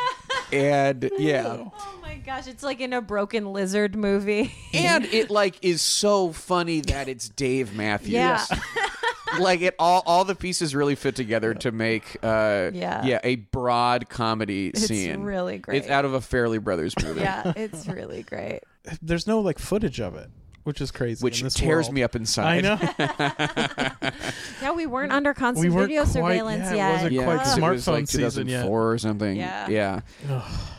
C: and yeah.
D: Oh my gosh, it's like in a broken lizard movie.
C: And it like is so funny that it's Dave Matthews.
D: Yeah.
C: like it all all the pieces really fit together to make uh yeah,
D: Yeah.
C: a broad comedy
D: It's
C: scene.
D: really great.
C: It's out of a Fairly Brothers movie.
D: yeah, it's really great.
E: there's no like footage of it, which is crazy.
C: Which
E: in this
C: tears
E: world.
C: me up
E: I
C: inside.
E: know.
D: Yeah, we weren't under constant
E: weren't
D: video
E: quite-
D: surveillance
E: yeah, it
D: yet.
E: wasn't
C: Yeah,
E: quite
C: 'cause it was
E: smartphone
C: like
E: season yet.
C: 2004 or something.
D: Yeah.
C: Yeah.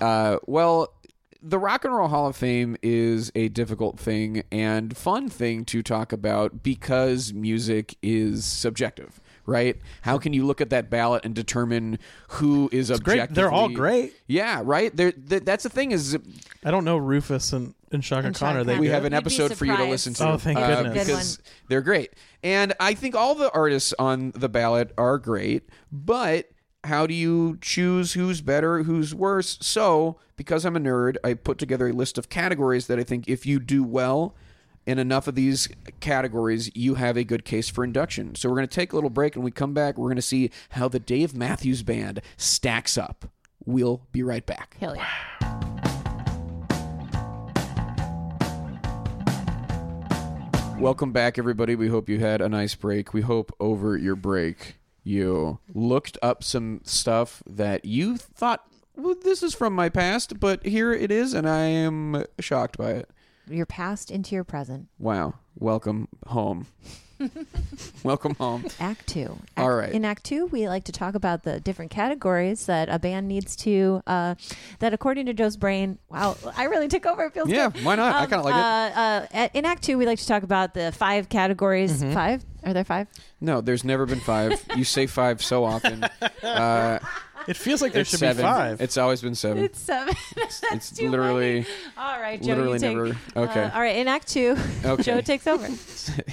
C: Uh, well, the Rock and Roll Hall of Fame is a difficult thing and fun thing to talk about because music is subjective. Right? How can you look at that ballot and determine who is
E: It's great. They're all
C: objectively-
E: great.
C: Yeah, right. There, th- that's the thing is
E: I don't know Rufus and, and Shaka
D: And Shaka
E: Khan. Are they
D: Khan.
C: we
E: good?
C: have an
D: You'd be
C: episode for you to
D: surprised.
C: listen to. uh,
E: Oh, thank goodness.
D: Good
C: Because
D: one.
C: they're great. And I think all the artists on the ballot are great, but how do you choose who's better, who's worse? So, because I'm a nerd, I put together a list of categories that I think if you do well in enough of these categories, you have a good case for induction. So, we're going to take a little break and we come back. We're going to see how the Dave Matthews Band stacks up. We'll be right back.
D: Hell yeah.
C: Welcome back, everybody. We hope you had a nice break. We hope over your break you looked up some stuff that you thought, well, this is from my past, but here it is, and I am shocked by it.
D: Your past into your present.
C: Wow. Welcome home. Welcome home.
D: Act two. Act,
C: All right.
D: In Act two, we like to talk about the different categories that a band needs to. Uh, that according to Joe's brain, wow, I really took over. It feels
C: Yeah,
D: good.
C: why not? I kinda like it.
D: it. Um, Uh, uh, in Act two, we like to talk about the five categories.
C: Mm-hmm.
D: Five? Are there five?
C: No, there's never been five. You say five so often. Uh,
E: It feels like there
C: it's
E: should
C: seven.
E: be five.
C: It's always been seven.
D: It's seven. That's
C: it's
D: too
C: literally-
D: funny. All right, Joe.
C: literally
D: you take,
C: never-
D: uh,
C: okay.
D: all right, in Act Two,
C: Okay.
D: Joe takes over.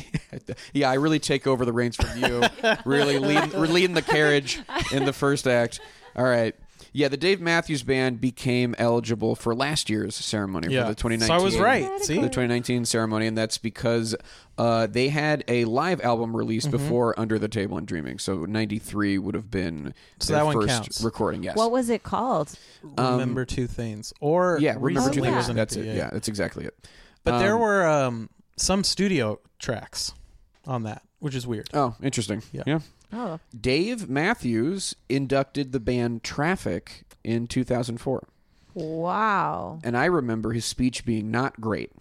C: yeah, I really take over the reins from you. really lead, we're leading the carriage in the first act. All right. Yeah, the Dave Matthews Band became eligible for last year's ceremony
E: Yeah.
C: for the 2019.
E: So I was right. See?
C: the 2019 ceremony, and that's because uh, they had a live album released
E: Mm-hmm.
C: before Under the Table and Dreaming. So 93 would have been
E: So
C: their
E: that one
C: first
E: counts.
C: recording. Yes.
D: What was it called?
E: remember two things. Or
C: um, yeah, remember two
E: recently
C: things.
E: was an
C: That's it.
E: EP,
C: Yeah, that's exactly it.
E: But there were um, some studio tracks on that, which is weird.
C: Oh, interesting.
E: Yeah.
C: yeah.
D: Oh,
C: Dave Matthews inducted the band Traffic in 2004.
D: wow.
C: And I remember his speech being not great.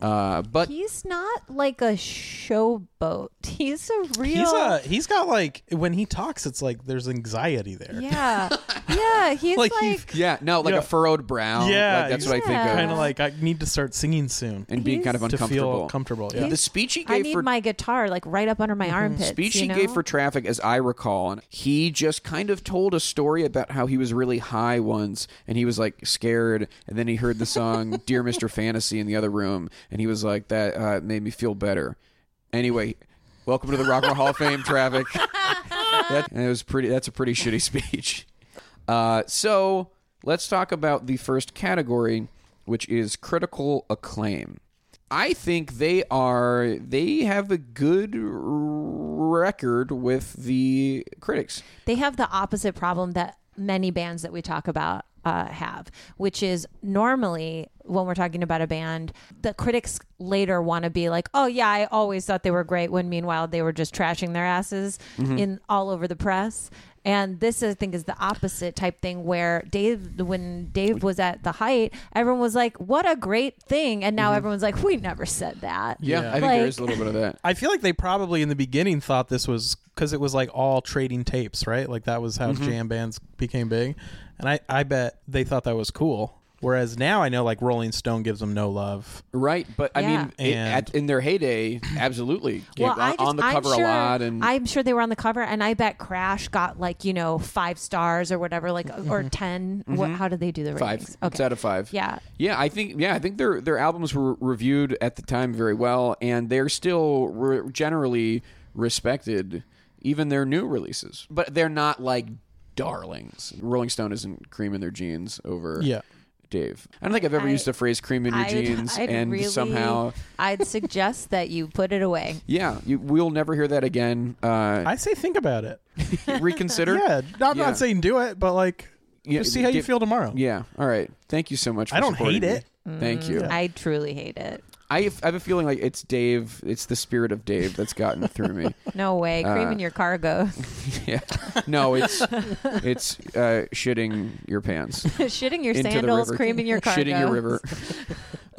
C: Uh, but
D: He's not like a showboat. He's a real.
E: He's a he's got like when he talks, it's like there's anxiety there.
D: yeah, yeah. He's like,
E: Like, he-
C: yeah, no, like
E: Yeah.
C: a furrowed brow.
E: Yeah,
C: Like, that's
E: he's
C: what I think of.
E: Kind of like I need to start singing soon
C: and being kind of
E: to
C: uncomfortable.
E: feel comfortable. Yeah.
C: The speech he
D: I
C: gave
D: need
C: for
D: my guitar like right up under my armpits.
C: speech
D: you
C: he
D: know?
C: gave for traffic, as I recall, and he just kind of told a story about how he was really high once and he was like scared, and then he heard the song "Dear Mr. Fantasy" in the other room, and he was like, "That uh, made me feel better." Anyway, welcome to the Rock and Roll Hall of Fame, traffic. that, and it was pretty. That's a pretty shitty speech. Uh, so let's talk about the first category, which is critical acclaim. I think they are they have a good r- record with the critics.
D: they have the opposite problem that many bands that we talk about uh, have, which is normally when we're talking about a band, the critics later want to be like, "Oh yeah, I always thought they were great," when meanwhile they were just trashing their asses in all over the press. And this, I think, is the opposite type thing where Dave, when Dave was at the height, everyone was like, "What a great thing," and now everyone's like, "We never said that."
C: Yeah, I think there
D: Like-
C: is a little bit of that.
E: I feel like they probably in the beginning thought this was because it was like all trading tapes, right? Like that was how jam bands became big, and I I bet they thought that was cool. Whereas now I know like Rolling Stone gives them no love.
C: Right, but I mean,
E: Yeah.
C: it-
E: And-
C: at, in their heyday, absolutely.
D: Well,
C: Yeah,
D: I
C: on,
D: just,
C: on the cover
D: I'm sure,
C: a lot, and
D: I'm sure they were on the cover. And I bet Crash got like you know five stars or whatever, like or 10 What, how did they do the
C: Mm-hmm. five.
D: ratings?
C: It's out of five.
D: Yeah.
C: yeah. I think yeah, I think their their albums were reviewed at the time very well, and they're still re- generally respected, even their new releases. But they're not like darlings. Rolling Stone isn't cream in their jeans over
E: Yeah.
C: Dave. I don't think I've ever used the phrase "cream in your jeans," and somehow.
D: I'd suggest that you put it away.
C: Yeah, you, we'll never hear that again. Uh,
E: I say think about it.
C: reconsider.
E: Yeah, I'm
C: Yeah.
E: not saying do it, but like
C: Yeah,
E: just see how you
C: give-
E: feel tomorrow.
C: Yeah. All right. Thank you so much. For
E: I don't
C: supporting
E: hate
C: me. Thank you.
D: I truly hate it.
C: I have, I have a feeling like it's Dave. It's the spirit of Dave that's gotten through me.
D: No way,
C: Uh,
D: cream in your cargo,
C: Yeah. No, it's it's uh, shitting your pants
D: shitting your
C: into the
D: sandals,
C: river.
D: cream in your cargo,
C: Shitting your river.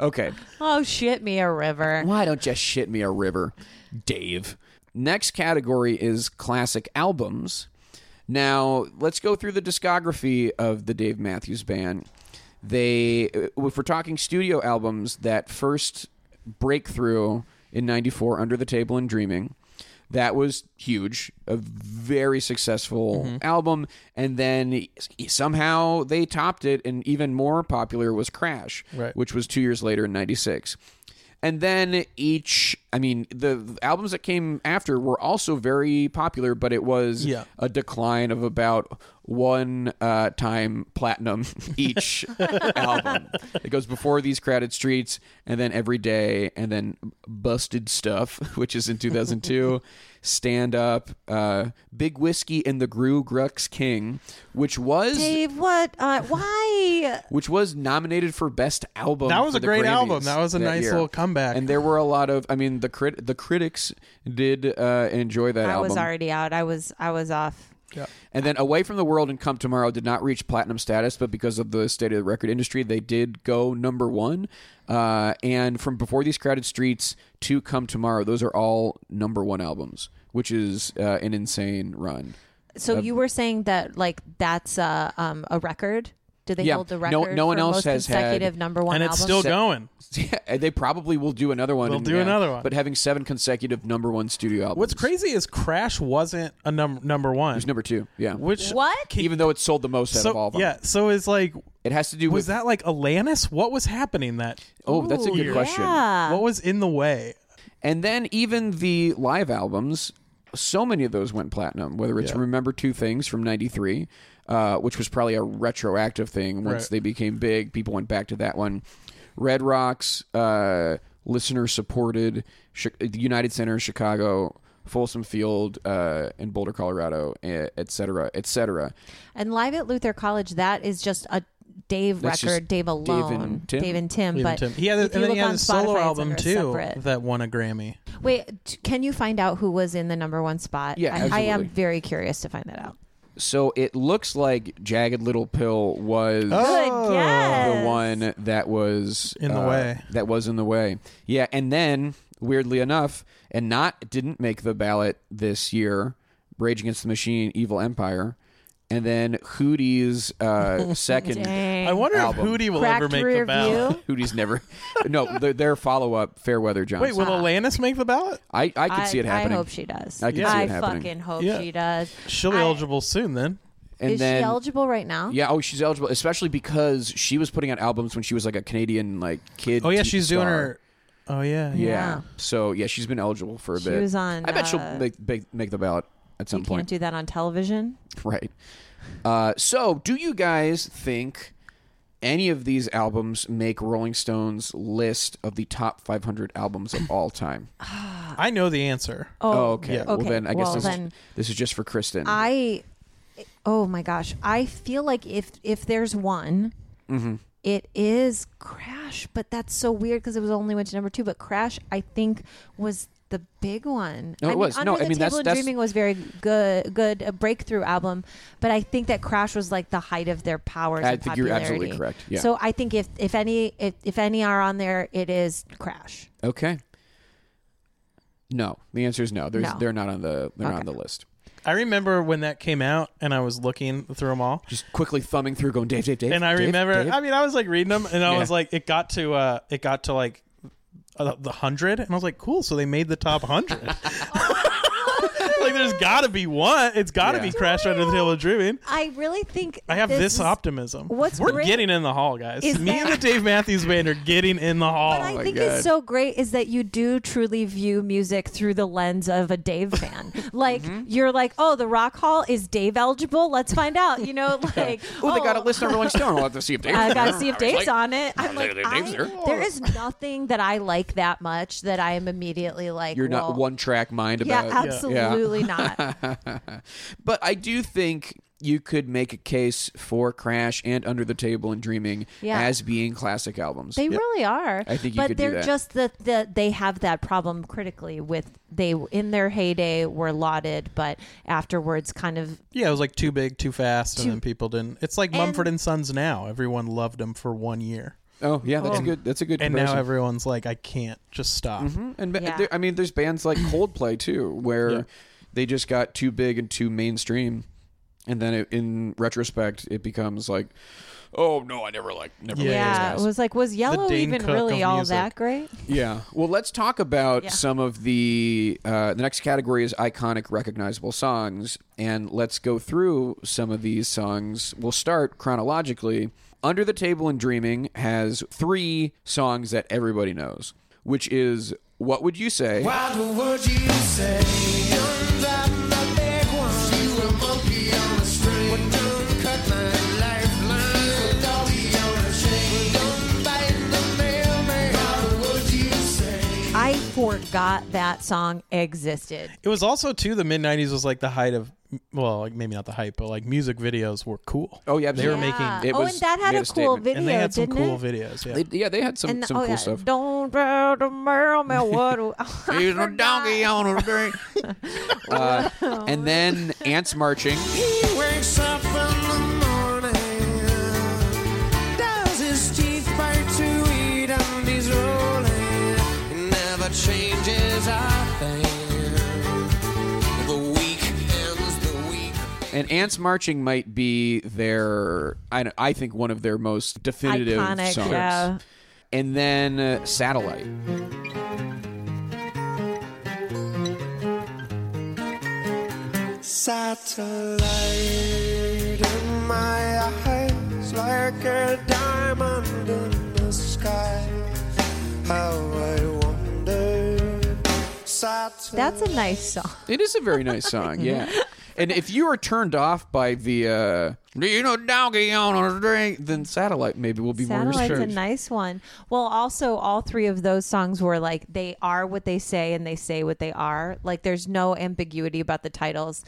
C: Okay.
D: Oh, shit me a river.
C: Why don't you shit me a river, Dave? Next category is classic albums. Now, let's go through the discography of the Dave Matthews Band. They, uh, if we're talking studio albums, that first breakthrough in 94, Under the Table and Dreaming, that was huge, a very successful
E: Mm-hmm.
C: album. And then e, somehow they topped it, and even more popular was Crash,
E: Right.
C: which was two years later in 96. And then each, I mean, the the albums that came after were also very popular, but it was
E: Yeah.
C: a decline of about one uh, time platinum each album. It goes before these crowded streets, and then every day, and then busted stuff, which is in 2002. Stand up, uh, big whiskey, and the Gru Grux King, which was
D: Dave, what? Uh, why?
C: which was nominated for best album.
E: That was
C: for
E: a
C: the
E: great
C: Grammys
E: album. That was a nice
C: year.
E: little comeback.
C: And there were a lot of, I mean, the crit, the critics did uh, enjoy that
D: I
C: album.
D: was already out. I was I was off.
C: And then Away from the World and Come Tomorrow did not reach platinum status, but because of the state of the record industry, they did go number one. Uh, and from Before These Crowded Streets to Come Tomorrow, those are all number one albums, which is uh, an insane run.
D: So you were saying that like that's a um a record? Do they
C: Yeah.
D: hold the
C: No-
D: record?
C: no one
D: for
C: else
D: most
C: has had-
D: consecutive number one
E: and it's
D: album?
E: still going.
C: Yeah, they probably will do another one.
E: They'll
C: and-
E: do another one.
C: But having seven consecutive number one studio albums.
E: What's crazy is Crash wasn't a num- number one.
C: It's number two. Yeah.
E: which
D: What?
E: Can-
C: even though it sold the most out of all
E: so
C: of them.
E: yeah, so it's like
C: It has to do
E: was
C: with
E: that like Alanis? What was happening that
C: Oh, that's a good question.
D: Yeah.
E: what was in the way?
C: And then even the live albums, so many of those went platinum, whether it's Remember Two Things from 93, uh, which was probably a retroactive thing. Once
E: Right.
C: they became big, people went back to that one. Red Rocks, uh, listener supported, Chi- the United Center, Chicago. Folsom Field uh, in Boulder, Colorado, eh, et cetera, et cetera.
D: And live at Luther College, that is just a Dave
C: That's
D: record,
C: just
D: Dave
C: Dave
D: alone,
C: and Tim.
D: Tim,
E: Even
D: but
E: Tim- He had, a-
D: if you
E: and then
D: look
E: he had
D: on
E: a solo
D: Spotify, it's
E: album
D: under a
E: too
D: separate-
E: that won a Grammy.
D: Wait, t- can you find out who was in the number one spot?
C: Yeah,
D: I, I am
C: absolutely.
D: very curious to find that out.
C: So it looks like Jagged Little Pill was
D: Good guess.
C: the Oh, one that was uh,
E: In the way.
C: That was in the way. Yeah, and then weirdly enough, and not didn't make the ballot this year. Rage Against the Machine, Evil Empire, and then Hootie's uh, second.
E: I wonder
C: Album.
E: if Hootie will
D: Cracked
E: ever make
D: rear
E: the ballot.
D: view.
C: Hootie's never. No, their, their follow up, Fairweather Johnson.
E: Wait, will Alanis make the ballot?
C: I I can see it happening.
D: I hope she does.
C: I can see it happening.
D: fucking hope
E: Yeah.
D: she does.
E: She'll be
D: I-
E: eligible soon then.
C: and
D: is
C: then
D: she eligible right now?
C: yeah, oh, she's eligible, especially because she was putting out albums when she was like a Canadian like kid.
E: Oh yeah,
C: teen
E: she's doing
C: star.
E: her. Oh yeah,
C: Yeah.
D: Yeah.
C: So yeah, she's been eligible for a
D: She
C: bit.
D: was on,
C: I bet she'll
D: uh,
C: make, make make the ballot at some
D: you
C: point.
D: can't do that on television.
C: right. Uh, so, do you guys think any of these albums make Rolling Stone's list of the top 500 albums of all time? Oh,
E: I know the answer.
C: okay.
E: Yeah.
C: Well,
D: Oh, okay.
C: then I guess
D: Well,
C: this,
D: then-
C: is, this is just for Kristen.
D: I oh my gosh, I feel like if if there's one,
C: Mm-hmm.
D: it is Crash, but that's so weird because it was only went to number two. But Crash, I think, was the big one.
C: No,
D: I
C: it
D: mean,
C: was.
D: Under
C: No, I
D: the
C: mean, that's-
D: Table and
C: that's-
D: Dreaming was very good, good a breakthrough album. But I think that Crash was like the height of their powers.
C: I
D: and
C: think you're absolutely
D: popularity.
C: correct, yeah.
D: So I think if if any if, if any are on there, it is Crash.
C: okay. No, the answer is no. There's,
D: No.
C: They're not on the they're not on
D: Okay.
C: the list.
E: I remember when that came out, and I was looking through them all.
C: Just quickly thumbing through, going Dave, Dave, Dave.
E: and I
C: Dave,
E: remember,
C: Dave.
E: I mean, I was like reading them, and I
C: Yeah.
E: was like, it got to, uh, it got to like uh, the hundred, and I was like, cool. So they made the top hundred. like, there's got to be one. It's got to
C: Yeah.
E: be Crash Under the Table of Dreaming.
D: I really think
E: I have this,
D: is-
E: optimism.
D: what's
E: We're
D: great
E: getting in the hall, guys.
D: is
E: Me and the
D: that-
E: Dave Matthews Band are getting in the hall.
D: What I
C: Oh my
D: think
C: God.
D: is so great is that you do truly view music through the lens of a Dave fan.
C: Mm-hmm.
D: like you're like, oh, the Rock Hall is Dave eligible. Let's find out. You know, like
C: oh, they got a
D: oh,
C: list on Rolling Stone. I'll have to see if Dave's
D: I
C: on
D: gotta
C: there.
D: see
C: I
D: if
C: was
D: Dave's
C: like,
D: on it. I'm like,
C: Dave's
D: I-
C: there.
D: there is nothing that I like that much that I am immediately like.
C: You're not
D: well,
C: one track mind
D: Yeah,
C: about.
D: absolutely not.
C: But I do think you could make a case for Crash and Under the Table and Dreaming
D: Yeah.
C: as being classic albums.
D: They really are.
C: I think you
D: but
C: could do
D: they're
C: that.
D: just the, the they have that problem critically with they in their heyday were lauded, but afterwards kind of
E: yeah, it was like too big, too fast, and then people didn't. It's like
D: And-
E: Mumford and Sons now. Everyone loved them for one year.
C: Oh yeah, that's a good. That's a good.
E: and
C: comparison. Mm-hmm.
E: now everyone's like, I can't just stop.
C: And ba-
D: Yeah.
C: there, I mean, there's bands like Coldplay too, where
E: Yeah.
C: they just got too big and too mainstream, and then it, in retrospect, it becomes like, oh no, I never like never liked
D: yeah,
C: yeah.
D: Uh, it
C: those guys.
D: was like, was Yellow
E: Dane
D: even
E: Cook
D: really
E: of
D: all
E: music.
D: that great?
C: Yeah. Well, let's talk about
D: Yeah.
C: some of the uh, the next category is iconic, recognizable songs, and let's go through some of these songs. We'll start chronologically. Under the Table and Dreaming has three songs that everybody knows, which is What Would You Say?
F: What would you say? That the big one. You a monkey on a string. Well, don't cut my lifeline. Put Dolly on a chain. Well, don't bite the mailman. What would you say?
D: I forgot that song existed.
E: It was also too the mid '90s was like the height of well, like maybe not the hype, but like music videos were cool.
C: Oh yeah, they
E: were making- Yeah.
C: It
D: oh,
C: was,
D: and that
C: made
D: had a,
C: a
D: cool
C: statement.
D: video,
E: and they had some
D: didn't
E: cool
D: it?
E: videos. Yeah,
C: They, yeah, they had some
D: And
C: some
D: oh,
C: cool
D: yeah,
C: stuff.
D: Don't tell the mailman what a-
C: He's a donkey on a drink. uh, and then ants marching.
F: He wakes up in the morning. Does his teeth bite to eat and he's rolling. He never changes a thing. The week ends the week.
C: And ants marching might be their, I, don't- I think one of their most definitive
D: Iconic,
C: songs.
D: yeah.
C: And then uh, satellite.
F: Satellite in my eyes, like a diamond in the sky. How I wonder. Satellite.
D: That's a nice song.
C: It is a very nice song, yeah. And if you are turned off by the uh, "Do you know donkey on a drink, then satellite maybe will be more
D: Satellite's a
C: restricted.
D: nice one. Well, also all three of those songs were like they are what they say and they say what they are. Like there's no ambiguity about the titles.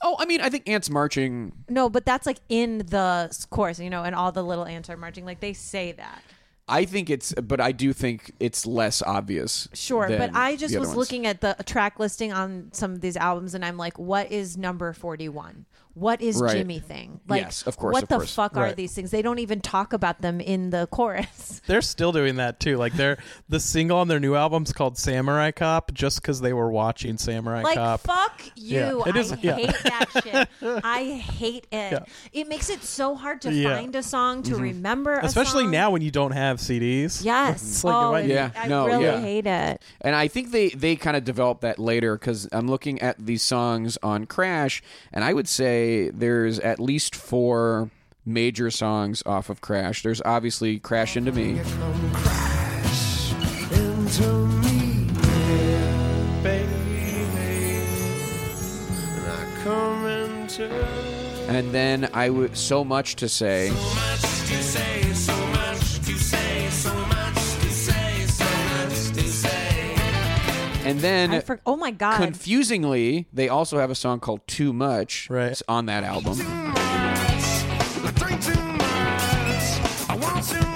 C: oh, I mean, I think ants marching
D: No, but that's like in the s- chorus, you know, and all the little ants are marching. Like they say that.
C: I think it's, but I do think it's less obvious.
D: Sure, but
C: than
D: I
C: the
D: just
C: other
D: was
C: ones.
D: looking at the track listing on some of these albums, and I'm like, what is number 41? What is
C: Right.
D: Jimmy thing? Like,
C: Yes, of course,
D: What
C: of
D: the
C: course.
D: fuck are
E: Right.
D: these things? They don't even talk about them in the chorus.
E: they're still doing that too. Like they're the single on their new album's called Samurai Cop, just because they were watching Samurai
D: Like,
E: Cop.
D: fuck you.
E: Yeah. It is-
D: I
E: yeah.
D: hate that shit. I hate it.
E: Yeah.
D: It makes it so hard to
E: Yeah.
D: find a song,
C: Mm-hmm.
D: to remember a
E: Especially
D: song.
E: now when you don't have CDs.
D: Yes.
E: like,
D: oh,
E: why-
C: Yeah,
D: I
C: no,
D: really
C: yeah.
D: hate it.
C: And I think they they kind of developed that later because I'm looking at these songs on Crash, and I would say there's at least four major songs off of Crash. There's obviously Crash into Me.
F: crash into me, baby. And I come into
C: And then I would so much to say. And then,
D: I for- oh my God.
C: confusingly, they also have a song called "Too Much"
E: Right.
C: It's on that album.
F: too much. I drink too much. I want too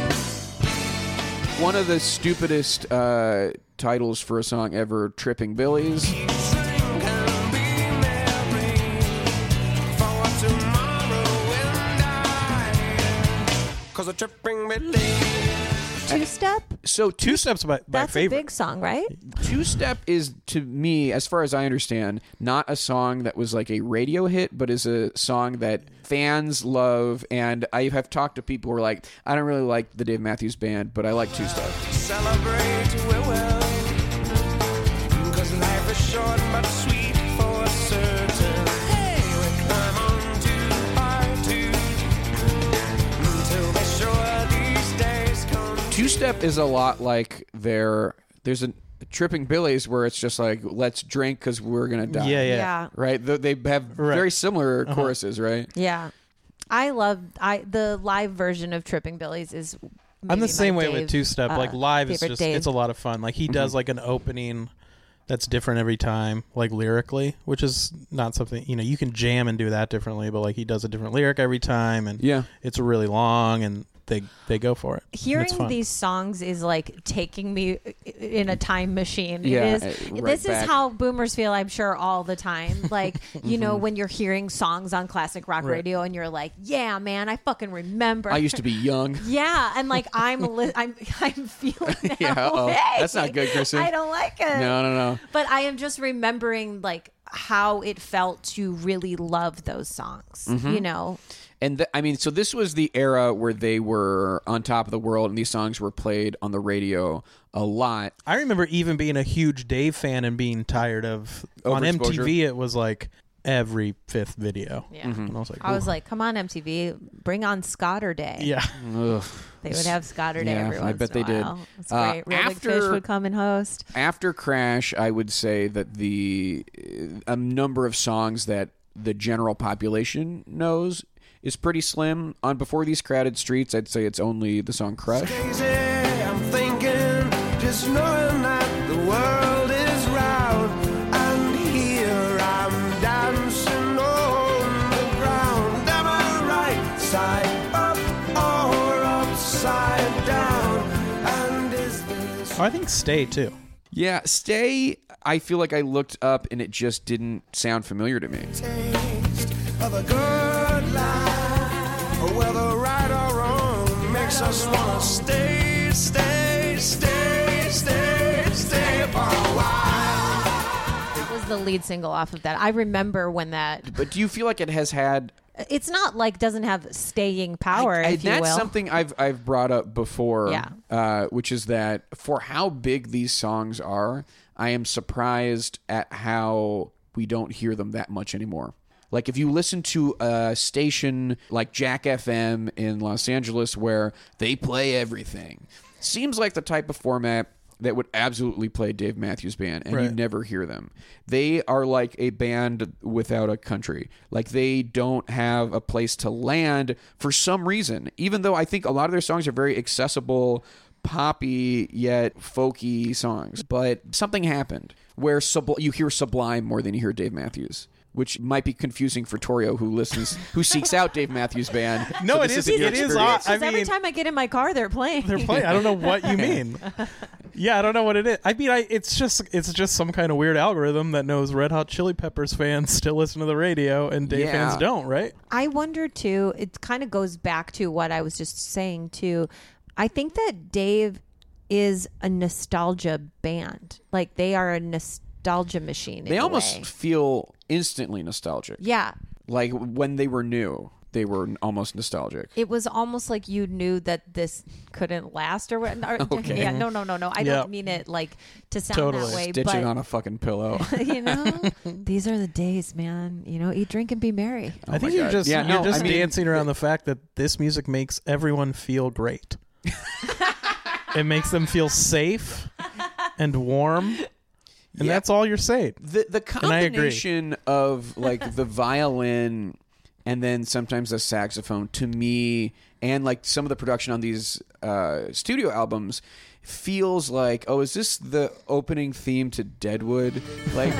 F: much. Too much.
C: One of the stupidest uh, titles for a song ever, "Tripping Billies."
F: Drink and be merry. For tomorrow will die. 'Cause a tripping belief.
D: Two step?
C: So two
E: Two Steps by my
D: That's
E: favorite.
D: a big song, right?
C: Two Step is to me, as far as I understand, not a song that was like a radio hit, but is a song that fans love. And I have talked to people who are like, I don't really like the Dave Matthews Band, but I like Two Step.
F: Celebrate we're well. 'Cause life is short but sweet for certain. Hey, we climb on too far too. To be sure these days come.
C: Two Step is a lot like their there's a Tripping Billies where it's just like let's drink because we're gonna die.
E: Yeah, Uh-huh. yeah.
D: Yeah.
C: Right, Th- they have very similar choruses, right?
D: Yeah. I love I the live version of Tripping Billies is
E: I'm
D: maybe my
E: the same way
D: Dave,
E: with two step.
D: uh,
E: like live is
D: favorite
E: just
D: Dave.
E: it's a lot of fun. Like he
C: Mm-hmm.
E: does like an opening that's different every time, like lyrically, which is not something you know, you can jam and do that differently, but like he does a different lyric every time and
C: Yeah.
E: it's really long and they they go for it. And it's
D: hearing
E: fun.
D: these songs is like taking me uh, in a time machine.
C: Yeah,
D: it is.
C: uh, right
D: this
C: back.
D: is how boomers feel, I'm sure, all the time. Like you
C: Mm-hmm.
D: know, when you're hearing songs on classic rock radio, and you're like, "Yeah, man, I fucking remember."
C: I used to be young.
D: Yeah, and like I'm, li- I'm, I'm feeling that
C: Yeah, uh-oh.
D: way.
C: That's not good, Kristen.
D: I don't like it.
C: No, no, no.
D: But I am just remembering like how it felt to really love those songs.
C: Mm-hmm.
D: You know,
C: And th- I mean, so this was the era where they were on top of the world, and these songs were played on the radio a lot.
E: I remember even being a huge Dave fan and being tired of on
C: Overexposure. Mm-hmm.
E: MTV. It was like every fifth video. Yeah, and I was like,
D: I was
E: "Ooh."
D: like, "Come on, MTV, bring on Scotter Day."
E: yeah,
D: They would have Scotter Day
C: Yeah,
D: every
C: I
D: once
C: bet
D: in a
C: they did.
D: while. It's
C: Uh,
D: great. Real Big Fish
C: after-
D: would come and host.
C: After Crash, I would say that the uh, a number of songs that the general population knows is pretty slim. On Before These Crowded Streets, I'd say it's only the song Crush.
F: Crazy, I'm thinking, just knowing that the world is round, and here I'm dancing on the ground. Am I right side up or upside down? And is this
E: Oh, I think Stay too.
C: Yeah, Stay, I feel like I looked up and it just didn't sound familiar to me.
F: taste of a good life, whether right or wrong, makes us wanna stay, stay, stay, stay, stay for a while?
D: That was the lead single off of that. I remember when that.
C: But do you feel like it has had
D: It's not like doesn't have staying power,
C: I- I-
D: if you
C: that's
D: will.
C: something I've I've brought up before,
D: Yeah.
C: uh, which is that for how big these songs are, I am surprised at how we don't hear them that much anymore. Like if you listen to a station like Jack FM in Los Angeles where they play everything, seems like the type of format that would absolutely play Dave Matthews Band, and you
E: Right.
C: never hear them. They are like a band without a country. Like they don't have a place to land for some reason. Even though I think a lot of their songs are very accessible, poppy yet folky songs, but something happened where subl- you hear Sublime more than you hear Dave Matthews. Which might be confusing for Torio, who listens, who seeks out Dave Matthews Band.
E: No,
C: so
E: it
C: this
E: is.
C: isn't your
E: It is.
C: experience.
E: odd. I
D: Because every
E: mean,
D: time I get in my car, they're playing.
E: they're playing. I don't know what you mean. Yeah, I don't know what it is. I mean, I it's just it's just some kind of weird algorithm that knows Red Hot Chili Peppers fans still listen to the radio and Dave
C: Yeah.
E: fans don't, right?
D: I wonder too. It kind of goes back to what I was just saying too. I think that Dave is a nostalgia band. Like they are a nostalgia machine.
C: They
D: in a
C: almost
D: way.
C: feel instantly nostalgic.
D: yeah.
C: like when they were new they were n- almost nostalgic
D: It was almost like you knew that this couldn't last, or what? or-
C: Okay.
D: Yeah, no, no, no, no. I
E: Yeah.
D: don't mean it like to sound
E: Totally.
D: that way.
C: ditching
D: but
C: on a fucking pillow
D: you know, these are the days, man. You know, eat, drink, and be merry.
E: I think you're
C: Oh God.
E: just
C: Yeah,
E: you're
C: no,
E: just
C: I mean-
E: dancing around the fact that this music makes everyone feel great. it makes them feel safe and warm, and that's all you're saying.
C: the the
E: I agree.
C: combination of like the violin and then sometimes the saxophone to me and like some of the production on these uh, studio albums feels like oh is this the opening theme to Deadwood like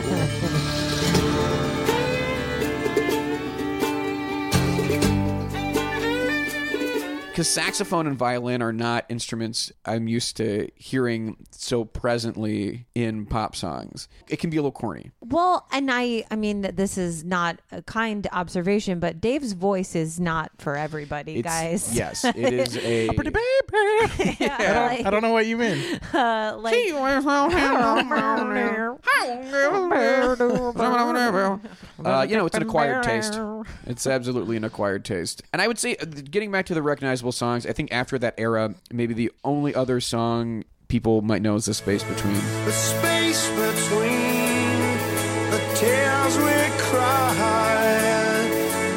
C: because saxophone and violin are not instruments I'm used to hearing so presently in pop songs. It can be a little corny.
D: Well, and I, I mean, th- this is not a kind observation, but Dave's voice is not for everybody,
C: It's-
D: guys.
C: Yes, it is a.
E: Pretty baby. I, don't, I don't know what you mean.
D: Uh, like,
C: Uh, you know, it's an acquired taste. It's absolutely an acquired taste. And I would say, uh, getting back to the recognizable songs, I think after that era, maybe the only other song people might know is The Space Between.
F: The space between the tears we cry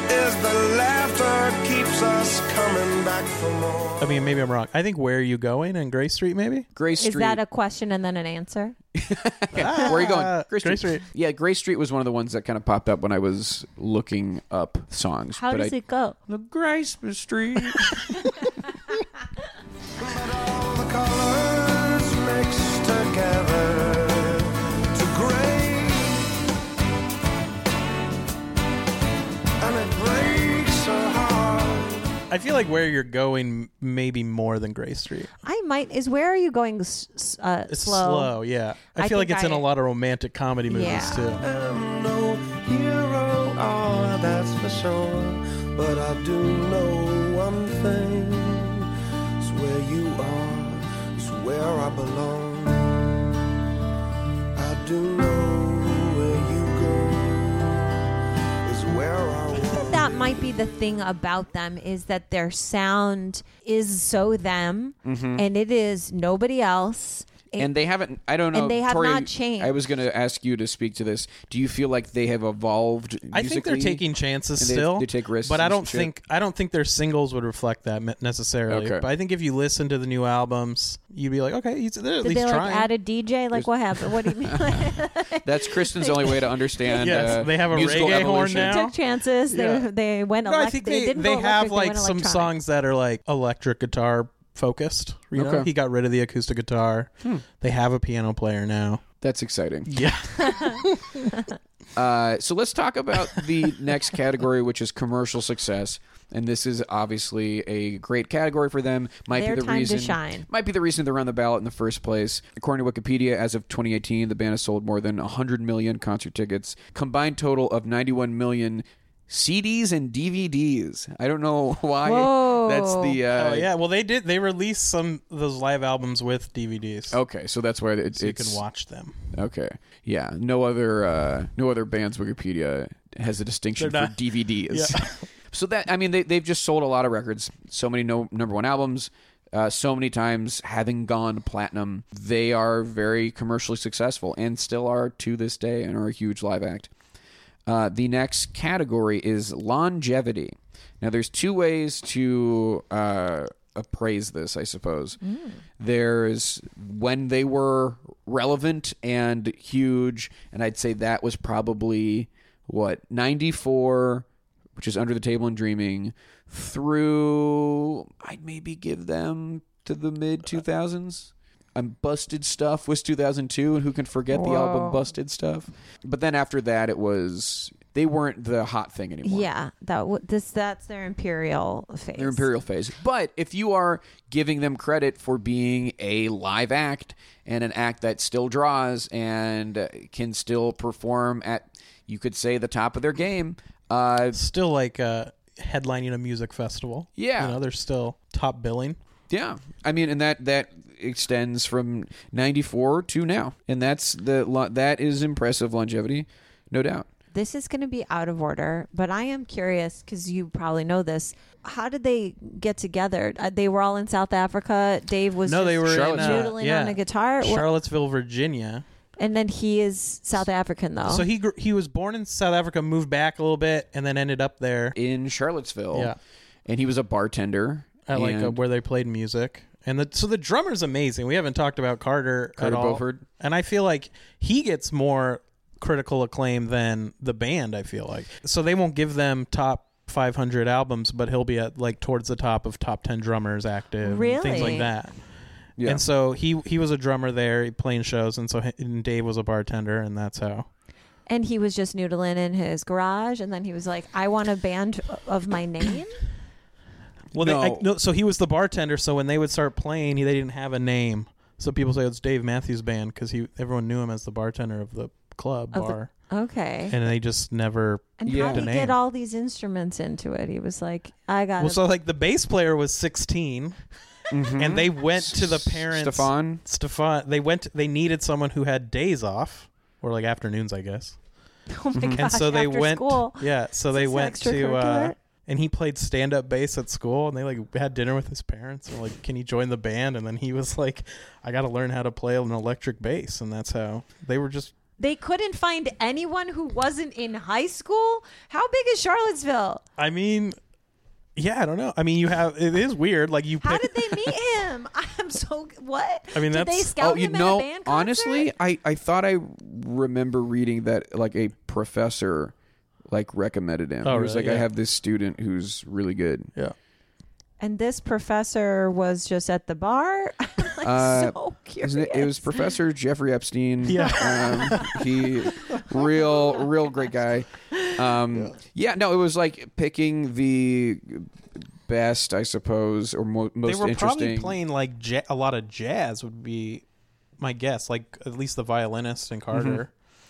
F: is the laughter keeps us coming back for more.
E: I mean, maybe I'm wrong. I think "Where Are You Going" and Gray Street, maybe.
C: Gray Street.
D: is that a question and then an answer?
C: Where are you going?
E: Gray Street.
C: Yeah, Gray Street was one of the ones that kind of popped up when I was looking up songs.
D: How
C: but
D: does
C: I-
D: it go?
C: The Gray Street.
F: But all the colors mixed together to gray, and it breaks so hard.
E: I feel like where you're going maybe more than Gray Street.
D: I might is where are you going? s- s- Uh,
E: It's
D: slow.
E: slow, yeah. I,
D: I
E: feel like
D: think
E: it's in
D: I-
E: a lot of romantic comedy movies
D: Yeah.
E: too.
F: I'm no hero, oh, that's for sure. But I do know one thing. It's where you are, it's where I belong. I do know where you go, is where I
D: think
F: want.
D: that might be the thing about them is that their sound is so them and it is nobody else. It-
C: Mm-hmm. and they haven't. I don't know.
D: and they have
C: Tori,
D: not changed.
C: I was going to ask you to speak to this. Do you feel like they have evolved?
E: I think they're
C: musically?
E: taking chances
C: And they-
E: still.
C: they take risks
E: but I
C: and
E: don't
C: shit.
E: think I don't think their singles would reflect that me- necessarily.
C: Okay.
E: But I think if you listen to the new albums, you'd be like, okay, he's, they're at
D: did
E: least
D: they like
E: trying.
D: add a DJ? Like what happened? What do you mean?
C: That's Kristen's only way to understand.
E: Yes,
C: uh,
E: they have a
C: musical
E: reggae horn
C: evolution.
E: now.
D: took chances.
E: Yeah.
D: They they went.
E: no,
D: Elect-
E: I think
D: they,
E: they,
D: didn't
E: they
D: go
E: have
D: electric, they
E: like
D: went
E: some
D: electronic.
E: songs that are like electric guitar focused. You know,
C: Okay. Hmm.
E: he got rid of the acoustic guitar. They have a piano player now.
C: That's exciting.
E: Yeah,
C: Uh, so let's talk about the next category, which is commercial success. And this is obviously a great category for them. Might
D: Their
C: be the
D: time to
C: reason
D: shine.
C: might be the reason they're on the ballot in the first place. According to Wikipedia, as of 2018, the band has sold more than 100 million concert tickets, combined total of 91 million CDs and DVDs. I don't know why
D: Whoa.
C: that's the uh,
E: oh yeah. Well, they did. They released some of those live albums with DVDs,
C: Okay, so that's why it,
E: so you
C: Oh, it's
E: can watch them.
C: Okay, yeah. No other uh, no other band's Wikipedia has a distinction
E: They're
C: for
E: not-
C: DVDs. so that I mean, they they've just sold a lot of records. So many no, number one albums. Uh, so many times having gone platinum, they are very commercially successful and still are to this day and are a huge live act. Uh, the next category is longevity. Now, there's two ways to uh, appraise this, I suppose. There's when they were relevant and huge, and I'd say that was probably what 94, which is Under the Table and Dreaming, through I'd maybe give them to the mid 2000s. And Busted Stuff was 2002, and who can forget the album Busted Stuff? But then after that, it was they weren't the hot thing anymore.
D: Yeah, that w- this that's their imperial phase.
C: Their imperial phase. But if you are giving them credit for being a live act and an act that still draws and uh, can still perform at, you could say, the top of their game, uh,
E: Still like uh, headlining a music festival.
C: Yeah.
E: you know, they're still top billing.
C: Yeah, I mean, and that that extends from '94 to now, and that's the lo- that is impressive longevity, no doubt.
D: This is going to be out of order, but I am curious because you probably know this. How did they get together? Uh, they were all in South Africa. Dave was
E: No,
D: just-
E: they were in,
C: Charlottesville.
E: uh,
D: Doodling
E: yeah,
D: on a guitar? Wha-
E: Charlottesville, Virginia.
D: and then he is South African though.
E: So he gr- he was born in South Africa, moved back a little bit, and then ended up there
C: In Charlottesville,
E: Yeah.
C: and he was a bartender.
E: at like uh
C: Oh, and-
E: where they played music. And the, so the drummer's amazing. We haven't talked about Carter,
C: Carter
E: at all.
C: Beauford.
E: and I feel like he gets more critical acclaim than the band. I feel like so they won't give them top. 500 albums, but he'll be at like towards the top of top 10 drummers active, and things
D: Really?
E: like that.
C: yeah.
E: And so he he was a drummer there playing shows, and so he, and Dave was a bartender, and that's how.
D: and he was just noodling in his garage, and then he was like, "I want a band of my name."
E: Well, they, I,
C: No.
E: no, so he was the bartender. So when they would start playing, he, they didn't have a name. So people say "Oh, it's Dave Matthews Band because he everyone knew him as the bartender of the club
D: Of the-
E: bar,
D: Okay.
E: and they just never.
D: And
C: Yeah.
D: how did
E: The
D: he get
E: name.
D: all these instruments into it? He was like, "I got."
E: Well,
D: it.
E: so like the bass player was 16 and they went to the parents.
C: Mm-hmm. Stefan.
E: Stefan. They went. They needed someone who had days off or like afternoons, I guess.
D: oh my gosh,
E: and so they
D: after
E: went.
D: School.
E: Yeah. So they
D: this an
E: went to. Uh,
D: extracurricular?
E: and he played stand up bass at school and they like had dinner with his parents and like can you join the band and then he was like I got to learn how to play an electric bass and that's how they were just
D: They couldn't find anyone who wasn't in high school. How big is Charlottesville?
E: I mean yeah, I don't know. I mean, you have it is weird like you
D: How
E: pick-
D: did they meet him? I'm so what?
E: I mean,
D: did they
E: that's-
D: scout
C: Oh, you
D: him at a band concert?
C: honestly, I, I thought I remember reading that like a professor like recommended him.
E: Oh,
C: he was
E: really?
C: like, I
E: Yeah.
C: have this student who's really good.
E: Yeah.
D: And this professor was just at the bar. I'm like
C: Uh,
D: so curious.
C: Isn't it, it was Professor Jeffrey Epstein.
E: Yeah.
C: um, he real real great guy. Um, yeah. no, it was like picking the best, I suppose, or mo- most
E: they were probably
C: interesting.
E: playing like ja- a lot of jazz would be my guess like at least the violinist and carter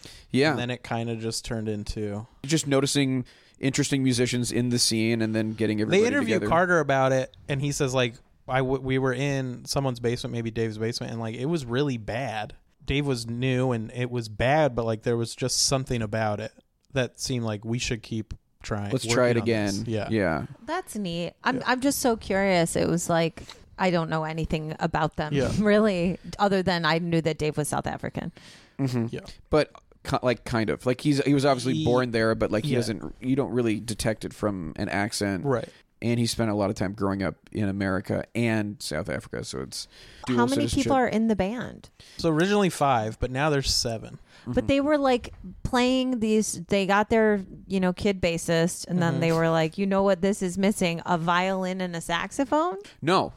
C: Mm-hmm. yeah,
E: and then it kind of just turned into
C: just noticing interesting musicians in the scene and then getting everybody
E: they interview
C: together.
E: carter about it and he says like I w- we were in someone's basement maybe dave's basement and like it was really bad dave was new and it was bad but like there was just something about it that seemed like we should keep trying
C: Let's try it
E: working on this."
C: again.
E: yeah
C: yeah.
D: That's neat. I'm I'm just so curious. It was like I don't know anything about them
E: Yeah.
D: really, other than I knew that Dave was South African.
C: Mm-hmm.
E: yeah
C: but ki- like kind of like he's he was obviously
E: He-
C: born there but like he
E: yeah.
C: doesn't you don't really detect it from an accent
E: right
C: and he spent a lot of time growing up in america and south africa so it's
D: How
C: dual
D: many
C: citizenship.
D: people are in the band?
E: so originally five but now there's seven
D: But they were like playing these. They got their you know kid bassist, and then
E: Mm-hmm.
D: they were like, you know what, this is missing a violin and a saxophone.
C: no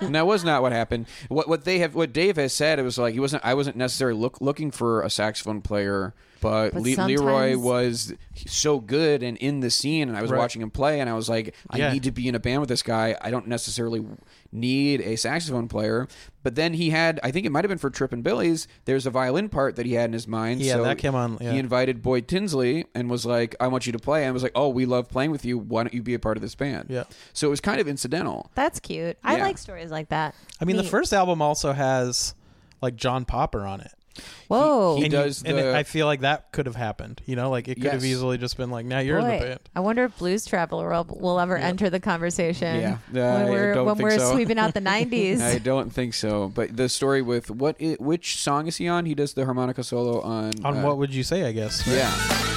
C: and that was not what happened what what they have what dave has said it was like he wasn't i wasn't necessarily look, looking for a saxophone player but,
D: But
C: Le- leroy
D: sometimes-
C: was so good and in the scene and i was
E: Right.
C: watching him play and i was like i
E: Yeah.
C: need to be in a band with this guy i don't necessarily need a saxophone player but then he had i think it might have been for trip and billy's there's a violin part that he had in his mind
E: Yeah,
C: so
E: that came on, yeah.
C: he invited boyd tinsley and was like i want you to play and I was like oh we love playing with you why don't you be a part of this band
E: Yeah.
C: so it was kind of incidental
D: That's cute. I
C: Yeah.
D: like stories like that.
E: I mean, the
D: Neat.
E: first album also has like John Popper on it.
D: Whoa.
C: He
E: and
C: does
E: and
C: the-
E: I feel like that could have happened. You know, like it could have
C: Yes.
E: easily just been like, now you're in
D: Boy,
E: the band.
D: I wonder if Blues Traveler will, will ever enter the conversation.
C: Yeah. Uh, I
D: when we're
C: don't
D: when
C: think
D: we're
C: so.
D: sweeping out the '90s.
C: I don't think so. But the story with what i which song is he on? He does the harmonica solo on
E: On
C: uh,
E: what would you say? I guess. right?
C: Yeah.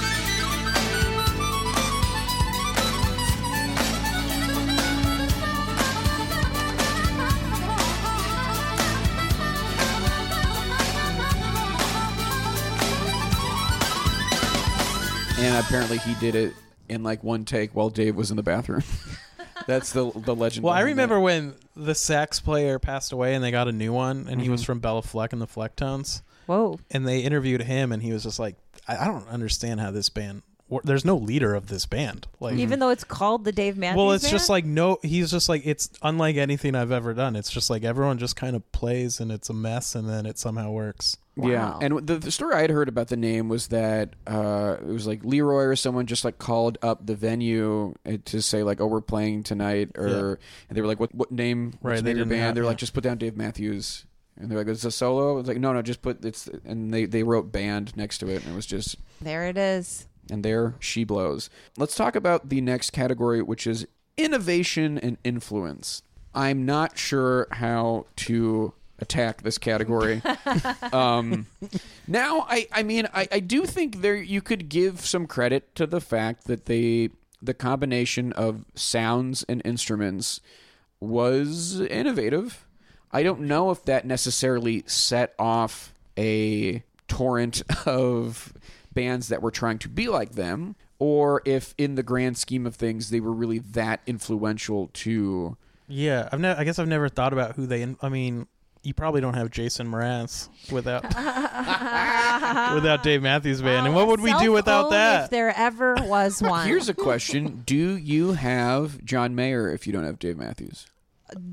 C: And apparently he did it in like one take while Dave was in the bathroom. That's the the legend.
E: Well, I
C: behind
E: remember
C: that.
E: when the sax player passed away and they got a new one, and he
C: Mm-hmm.
E: was from Bella Fleck and the Flecktones,
D: Whoa.
E: and they interviewed him, and he was just like, I, I don't understand how this band. wor- There's no leader of this band. Like, Mm-hmm.
D: Even though it's called the Dave Matthews.
E: well, it's just
D: Band?
E: like no. He's just like it's unlike anything I've ever done. It's just like everyone just kind of plays, and it's a mess, and then it somehow works.
C: Yeah,
D: Wow.
C: and the, the story I had heard about the name was that uh, it was like Leroy or someone just like called up the venue uh, to say like, "Oh, we're playing tonight," or and they were like, "What what name?
E: Right,
C: what's the name
E: they
C: of your
E: didn't
C: band?"
E: have-
C: they were like,
E: yeah.
C: "Just put down Dave Matthews," and they're like, "It's a solo." It's like, "No, no, just put it's," and they they wrote band next to it, and it was just
D: there it is.
C: and there she blows. Let's talk about the next category, which is innovation and influence. I'm not sure how to attack this category. um, now, I, I mean, I, I do think there you could give some credit to the fact that they the combination of sounds and instruments was innovative. I don't know if that necessarily set off a torrent of bands that were trying to be like them, or if in the grand scheme of things they were really that influential to.
E: Yeah, I've never. I guess I've never thought about who they. In- I mean, you probably don't have Jason Mraz without without Dave Matthews Band, and what would we do without
D: Self-owned If
E: that?
D: there ever was one.
C: Here's a question: Do you have John Mayer if you don't have Dave Matthews?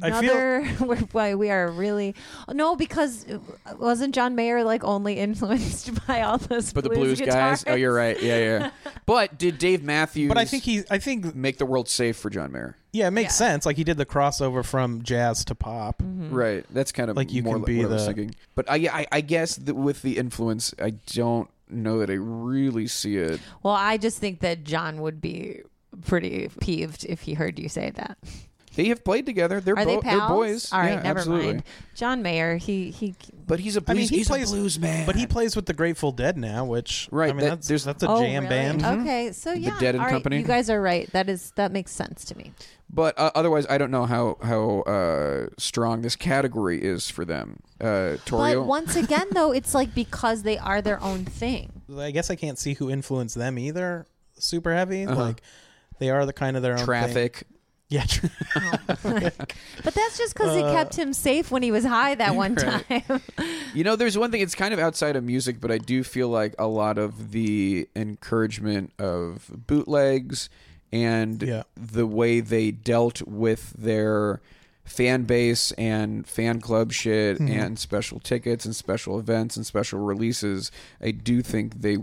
E: I feel-
D: another we're- why we are really no because uh, wasn't John Mayer like only influenced by all those
C: But the
D: blues,
C: blues, guys. Oh, you're
D: guitarists?
C: right. Yeah, yeah. but did Dave Matthews?
E: But I think he. I think
C: make the world safe for John Mayer.
E: yeah, it makes sense. Like he did the crossover from jazz to pop.
D: Mm-hmm.
C: Right. That's kind of
E: Like, you
C: more
E: can
C: like
E: be
C: what I was
E: the-
C: thinking. But I, I, I guess that with the influence, I don't know that I really see it.
D: Well, I just think that John would be pretty peeved if he heard you say that.
C: They have played together. They're,
D: Are
C: bo-
D: they pals?
C: they're boys.
D: All right,
C: Yeah,
D: never
C: absolutely.
D: mind. John Mayer, he he
C: But he's a blues.
E: I mean, he
C: he's
E: plays
C: a blues man.
E: But he plays with the Grateful Dead now, which
C: Right,
E: I mean,
C: that-
E: that's
C: there's-
E: that's a
D: Oh,
E: jam
D: really?
E: band.
D: Okay, so yeah,
C: Mm-hmm. Dead and
D: all right,
C: Company.
D: You guys are right. That is that makes sense to me.
C: But uh, otherwise, I don't know how how uh, strong this category is for them. Uh, Torrio.
D: But once again, though, it's like because they are their own thing.
E: I guess I can't see who influenced them either. Super heavy, like they are the kind of their own Thing.
C: Uh-huh. Traffic.
E: Yeah, tr-
D: But that's just because it kept him safe when he was high that
C: Uh,
D: one
C: Right. Uh,
D: time.
C: You know, there's one thing. It's kind of outside of music, but I do feel like a lot of the encouragement of bootlegs and
E: Yeah.
C: the way they dealt with their fan base and fan club shit
E: Mm-hmm.
C: and special tickets and special events and special releases. I do think they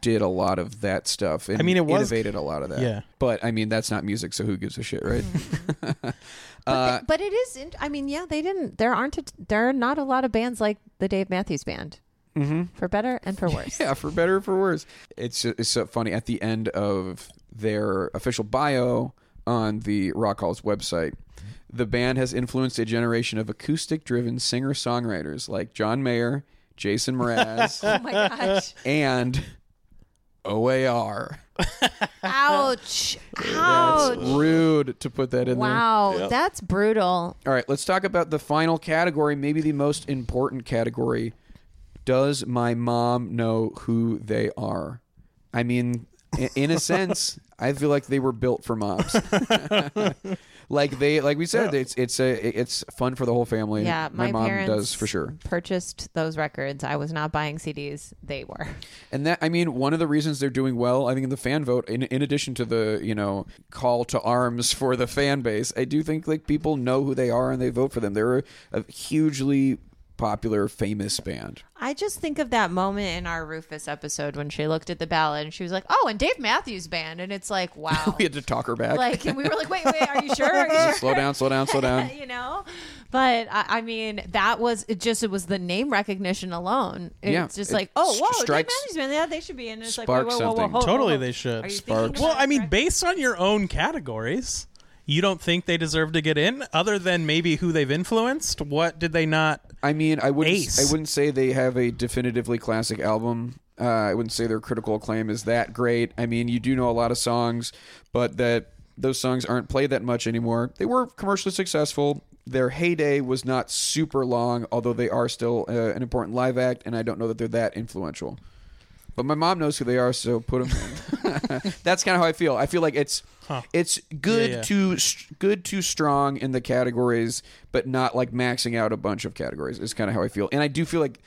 C: did a lot of that stuff. And
E: I mean, it was-
C: innovated a lot of that.
E: Yeah.
C: but I mean, that's not music, so who gives a shit, right?
E: Mm-hmm.
C: Uh,
D: But, they- but it is. int- I mean, yeah, they didn't. There aren't. A, there are not a lot of bands like the Dave Matthews Band, mm-hmm. for better and for worse.
C: Yeah, for better or for worse. It's just, it's so funny at the end of their official bio on the Rock Hall's website. The band has influenced a generation of acoustic-driven singer-songwriters like John Mayer, Jason Mraz,
D: Oh my gosh!
C: and OAR.
D: Ouch!
C: That's
D: Ouch!
C: rude to put that in there.
D: Wow, that's brutal.
C: All right, let's talk about the final category, maybe the most important category. Does my mom know who they are? I mean, i- in a sense, I feel like they were built for moms. like they, like we said, it's it's a it's fun for the whole family.
D: Yeah, my,
C: mom
D: parents
C: does for sure.
D: Purchased those records. I was not buying CDs. They were.
C: And that, I mean, one of the reasons they're doing well, I think, in the fan vote, in, in addition to the, you know, call to arms for the fan base, I do think, like, people know who they are and they vote for them. They're a, a hugely popular, famous band.
D: I just think of that moment in our Rufus episode when she looked at the ballot and she was like, "Oh, and Dave Matthews Band," and it's like, wow.
C: We had to talk her back.
D: like, and we were like, "Wait, wait, are you sure? Are you sure?"
C: slow down, slow down, slow down.
D: you know but I, I mean that was it just it was the name recognition alone it's
C: Yeah,
D: just
C: it
D: like oh
C: s-
D: whoa
C: strikes-
D: strikes, man, yeah, they should be in it's like whoa,
C: sparks
D: whoa, whoa, whoa,
C: something.
D: Oh, hold-
E: Totally
D: hold-
E: they
D: hold.
E: should.
D: Are you thinking
C: Sparks.
D: about
E: Well, I
D: it
E: mean,
D: correctly?
E: based on your own categories, you don't think they deserve to get in, other than maybe who they've influenced. What did they not?
C: I mean, I wouldn't,
E: Ace.
C: I wouldn't say they have a definitively classic album. Uh, I wouldn't say their critical acclaim is that great. I mean, you do know a lot of songs, but that those songs aren't played that much anymore. They were commercially successful. Their heyday was not super long, although they are still uh, an important live act, and I don't know that they're that influential. But my mom knows who they are, so put them. In. That's kind of how I feel. I feel like it's it's good
E: Yeah, yeah.
C: to st- good to strong in the categories, but not like maxing out a bunch of categories. Is kind of how I feel, and I do feel like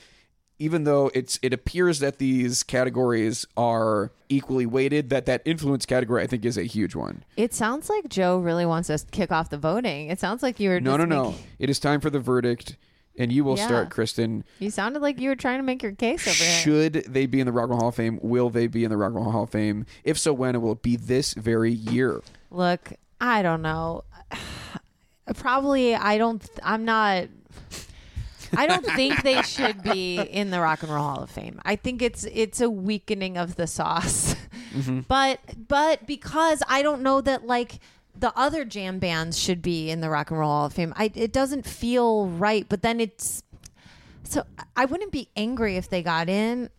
C: even though it's it appears that these categories are equally weighted, that that influence category I think is a huge one.
D: it sounds like joe really wants us to kick off the voting it sounds like you were
C: No, no,
D: just
C: no.
D: making-
C: It is time for the verdict, and you will
D: Yeah.
C: start, Kristen.
D: you sounded like you were trying to make your case over here
C: Should they be in the Rock and Roll Hall of Fame? Will they be in the Rock and Roll Hall of Fame? If so, when? And will it be this very year?
D: Look, I don't know. Probably, I don't. I'm not. I don't think they should be in the Rock and Roll Hall of Fame. I think it's it's a weakening of the sauce. But but because I don't know that like the other jam bands should be in the Rock and Roll Hall of Fame. I it doesn't feel right. But then it's so I wouldn't be angry if they got in,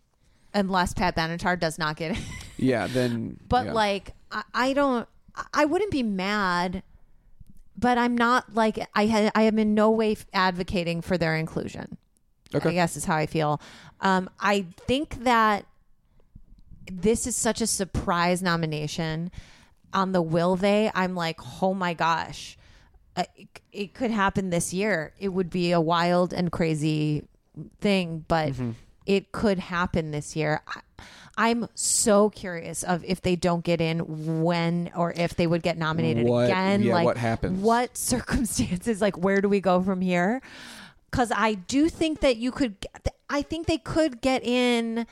D: unless Pat Benatar does not get in.
C: Yeah, then.
D: But
C: yeah.
D: like, I, I don't. I- I wouldn't be mad, but I'm not like I ha- I am in no way f- advocating for their inclusion.
C: Okay.
D: I guess is how I feel. Um, I think that this is such a surprise nomination. On the will they, I'm like, oh my gosh, uh, it, it could happen this year. It would be a wild and crazy thing, but
C: Mm-hmm.
D: it could happen this year. I, I'm so curious of if they don't get in, when or if they would get nominated
C: What-
D: again.
C: yeah,
D: like
C: what happens?
D: What circumstances? Like where do we go from here? Because I do think that you could. Get, I think they could get in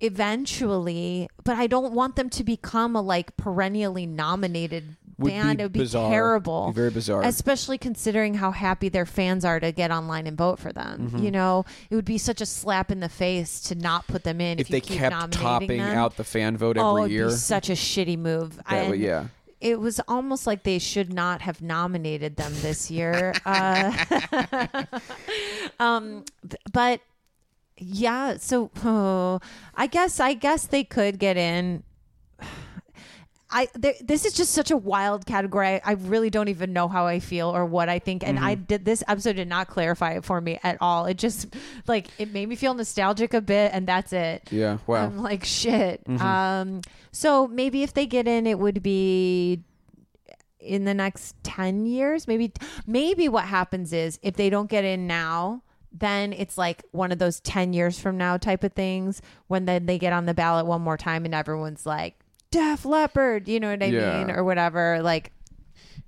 D: eventually, but I don't want them to become a like perennially nominated
C: Would
D: band.
C: be
D: it would be
C: bizarre.
D: terrible,
C: Be very bizarre.
D: especially considering how happy their fans are to get online and vote for them.
C: Mm-hmm.
D: You know, it would be such a slap in the face to not put them in
C: if,
D: if,
C: they
D: you keep
C: kept
D: nominating
C: topping
D: them.
C: out the fan vote
D: oh,
C: every
D: it'd
C: year.
D: be such a shitty move.
C: That would-
D: And
C: yeah.
D: It was almost like they should not have nominated them this year. uh, um, th- but yeah, so oh, I guess I guess they could get in. I there, this is just such a wild category. I, I really don't even know how I feel or what I think. And I
C: Mm-hmm.
D: did this episode did not clarify it for me at all. It just like it made me feel nostalgic a bit, and that's it.
C: yeah, wow.
D: I'm like shit. Um, so maybe if they get in, it would be in the next ten years. Maybe, maybe what happens is if they don't get in now, then it's like one of those ten years from now type of things when then they get on the ballot one more time and everyone's like, Def Leppard, you know what I
C: Yeah.
D: mean, or whatever. Like,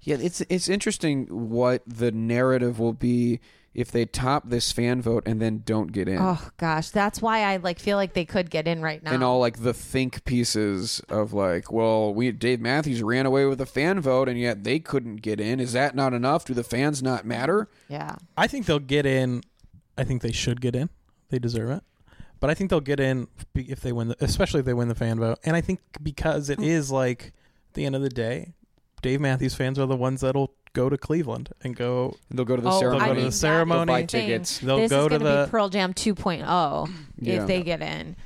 C: Yeah, it's it's interesting what the narrative will be if they top this fan vote and then don't get in.
D: oh gosh, that's why I like feel like they could get in right now.
C: And all like the think pieces of like, well, we Dave Matthews ran away with a fan vote and yet they couldn't get in. Is that not enough? Do the fans not matter?
D: yeah,
E: I think they'll get in. I think they should get in. They deserve it. But I think they'll get in be- if they win, the, especially if they win the fan vote. And I think because
D: Hmm.
E: it is like at the end of the day, Dave Matthews fans are the ones that'll go to Cleveland and go.
C: And they'll go to the
D: Oh, I
C: ceremony.
E: They'll go to
D: mean,
E: the
D: that's
E: ceremony.
C: They'll buy
D: thing.
C: tickets.
E: They'll
D: this
E: go
D: is
E: to
D: gonna
E: the-
D: be Pearl Jam oh. 2.0
C: Yeah.
D: if they get in.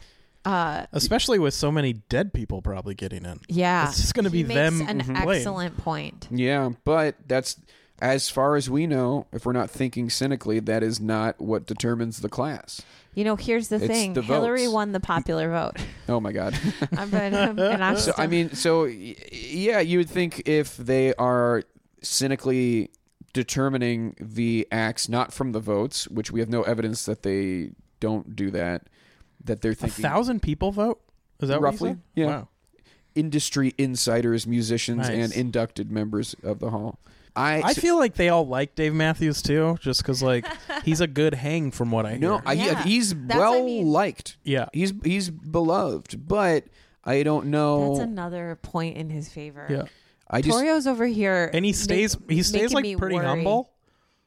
D: Uh,
E: Especially with so many dead people probably getting in.
D: yeah,
E: It's just gonna
D: He
E: be
D: makes
E: them
D: An
E: playing.
D: excellent point.
C: Yeah, but that's as far as we know, if we're not thinking cynically, that is not what determines the class.
D: You know, here's the
C: It's
D: thing:
C: the
D: Hillary
C: votes.
D: won the popular vote.
C: Oh my god.
D: I'm, I'm, and I'm
C: So I
D: still-
C: mean, so y- yeah, you would think if they are cynically determining the acts not from the votes, which we have no evidence that they don't do that, that they're
E: A
C: thinking
E: thousand people vote. Is that
C: Roughly,
E: What you
C: yeah.
E: said? Wow.
C: industry insiders, musicians, and
E: Nice.
C: inducted members of the hall. I
E: I feel like they all like Dave Matthews too, just because like he's a good hang from what I
C: no,
E: hear.
C: I,
D: Yeah.
C: he's
D: That's what I
C: well
D: mean.
C: liked.
E: Yeah.
C: he's he's beloved, but I don't know.
D: that's another point in his favor.
E: yeah,
C: oh. I just
D: Torio's over here,
E: and he
D: make-
E: stays he stays
D: making
E: like
D: me
E: pretty
D: worry.
E: humble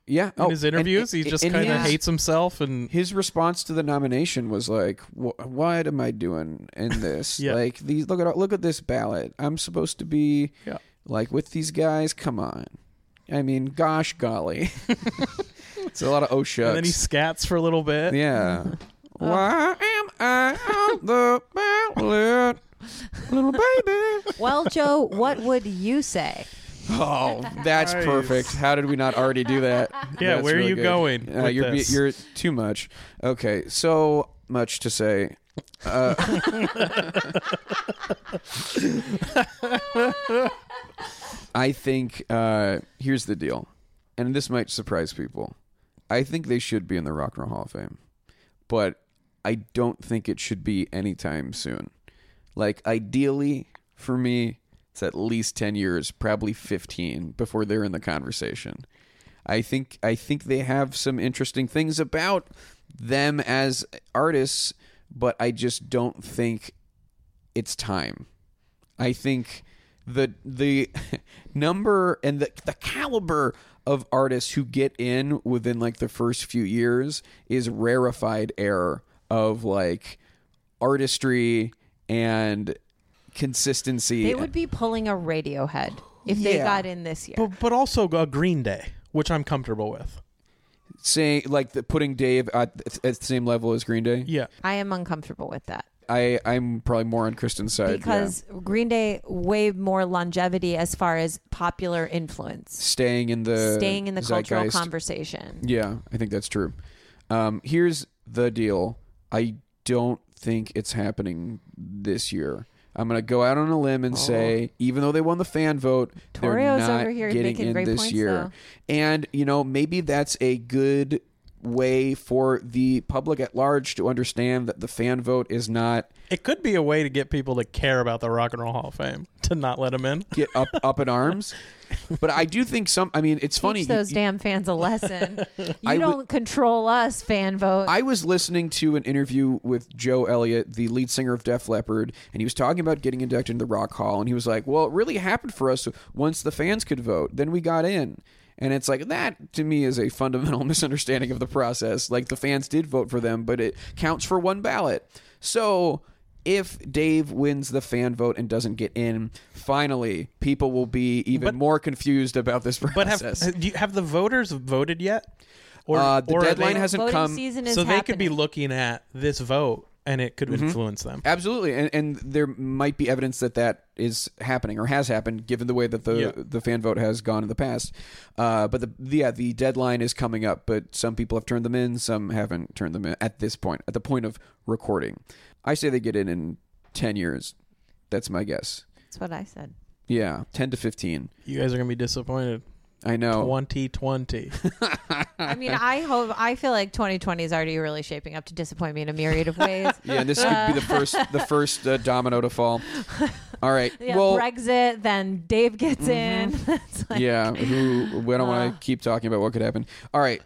C: yeah. Oh,
E: in his interviews. he just kind of
C: hates.
E: hates himself and
C: his response to the nomination was like, "Wh- "What am I doing in this?
E: Yeah.
C: Like these, look at look at this ballot. I'm supposed to be
E: Yeah.
C: like with these guys. Come on, I mean, gosh, golly, it's a lot of oh shucks.
E: and then he scats for a little bit.
C: yeah. Why am I on the ballot, little baby?
D: Well, Joe, what would you say?
C: Oh, that's
E: Nice.
C: perfect. How did we not already do that?
E: Yeah,
C: That's
E: where are
C: really
E: you
C: good.
E: going
C: Uh,
E: with
C: you're be-
E: this?
C: you're too much. Okay, so much to say. Uh, I think uh, here's the deal, and this might surprise people. I think they should be in the Rock and Roll Hall of Fame, but I don't think it should be anytime soon. Like ideally for me, it's at least ten years, probably fifteen, before they're in the conversation. I think I think they have some interesting things about them as artists, but I just don't think it's time. I think the the number and the the caliber of artists who get in within like the first few years is rarefied air of like artistry and consistency.
D: They would be pulling a Radiohead if they
C: Yeah.
D: got in this year.
E: But but also a Green Day, which I'm comfortable with.
C: saying like the, putting Dave at, at the same level as Green Day.
E: Yeah,
D: I am uncomfortable with that
C: I I'm probably more on Kristen's side Uh, yeah.
D: because Green Day way more longevity as far as popular influence,
C: staying in the
D: staying in the cultural
C: zeitgeist.
D: conversation.
C: Yeah, I think that's true. Um, here's the deal. I don't think it's happening this year. I'm gonna go out on a limb and say, even though they won the fan vote,
D: Oh.
C: they're
D: Torio's
C: not
D: over here
C: getting
D: making
C: in
D: great
C: this
D: points,
C: year.
D: though.
C: And you know, maybe that's a good way for the public at large to understand that the fan vote is not
E: it could be a way to get people to care about the Rock and Roll Hall of Fame to not let him in.
C: get up up in arms. But I do think some. I mean, it's funny.
D: Teach those
C: you-
D: damn fans a lesson. You
C: I
D: don't
C: would-
D: control us, fan vote.
C: I was listening to an interview with Joe Elliott, the lead singer of Def Leppard, and he was talking about getting inducted into the Rock Hall, and he was like, "Well, it really happened for us once the fans could vote, then we got in." And it's like that to me is a fundamental misunderstanding of the process. Like the fans did vote for them, but it counts for one ballot. So if Dave wins the fan vote and doesn't get in, finally people will be even more confused about this process.
E: But have do you, have the voters voted yet? Or,
C: Uh, the
E: or are
C: deadline
E: they-
C: has hasn't
D: Voting
C: come-
D: season is
E: so they could be
D: happening.
E: looking at this vote and
C: Mm-hmm.
E: it could influence them.
C: Absolutely, and, and there might be evidence that that is happening or has happened, given the way that the
E: Yeah.
C: the fan vote has gone in the past. Uh, but the yeah, the deadline is coming up, but some people have turned them in, some haven't turned them in at this point, at the point of recording. I say they get in in ten years. That's my guess.
D: That's what I said.
C: Yeah, ten to fifteen.
E: You guys are gonna be disappointed.
C: I know.
E: 2020.
D: I mean, I hope I feel like 2020 is already really shaping up to disappoint me in a myriad of ways. uh,
C: Yeah, and this could be the first the first uh, domino to uh, fall. All right.
D: Yeah,
C: well, mm-hmm.
D: Brexit, then Dave gets in. It's like,
C: yeah. Who? We don't want to keep talking about what could happen. All right.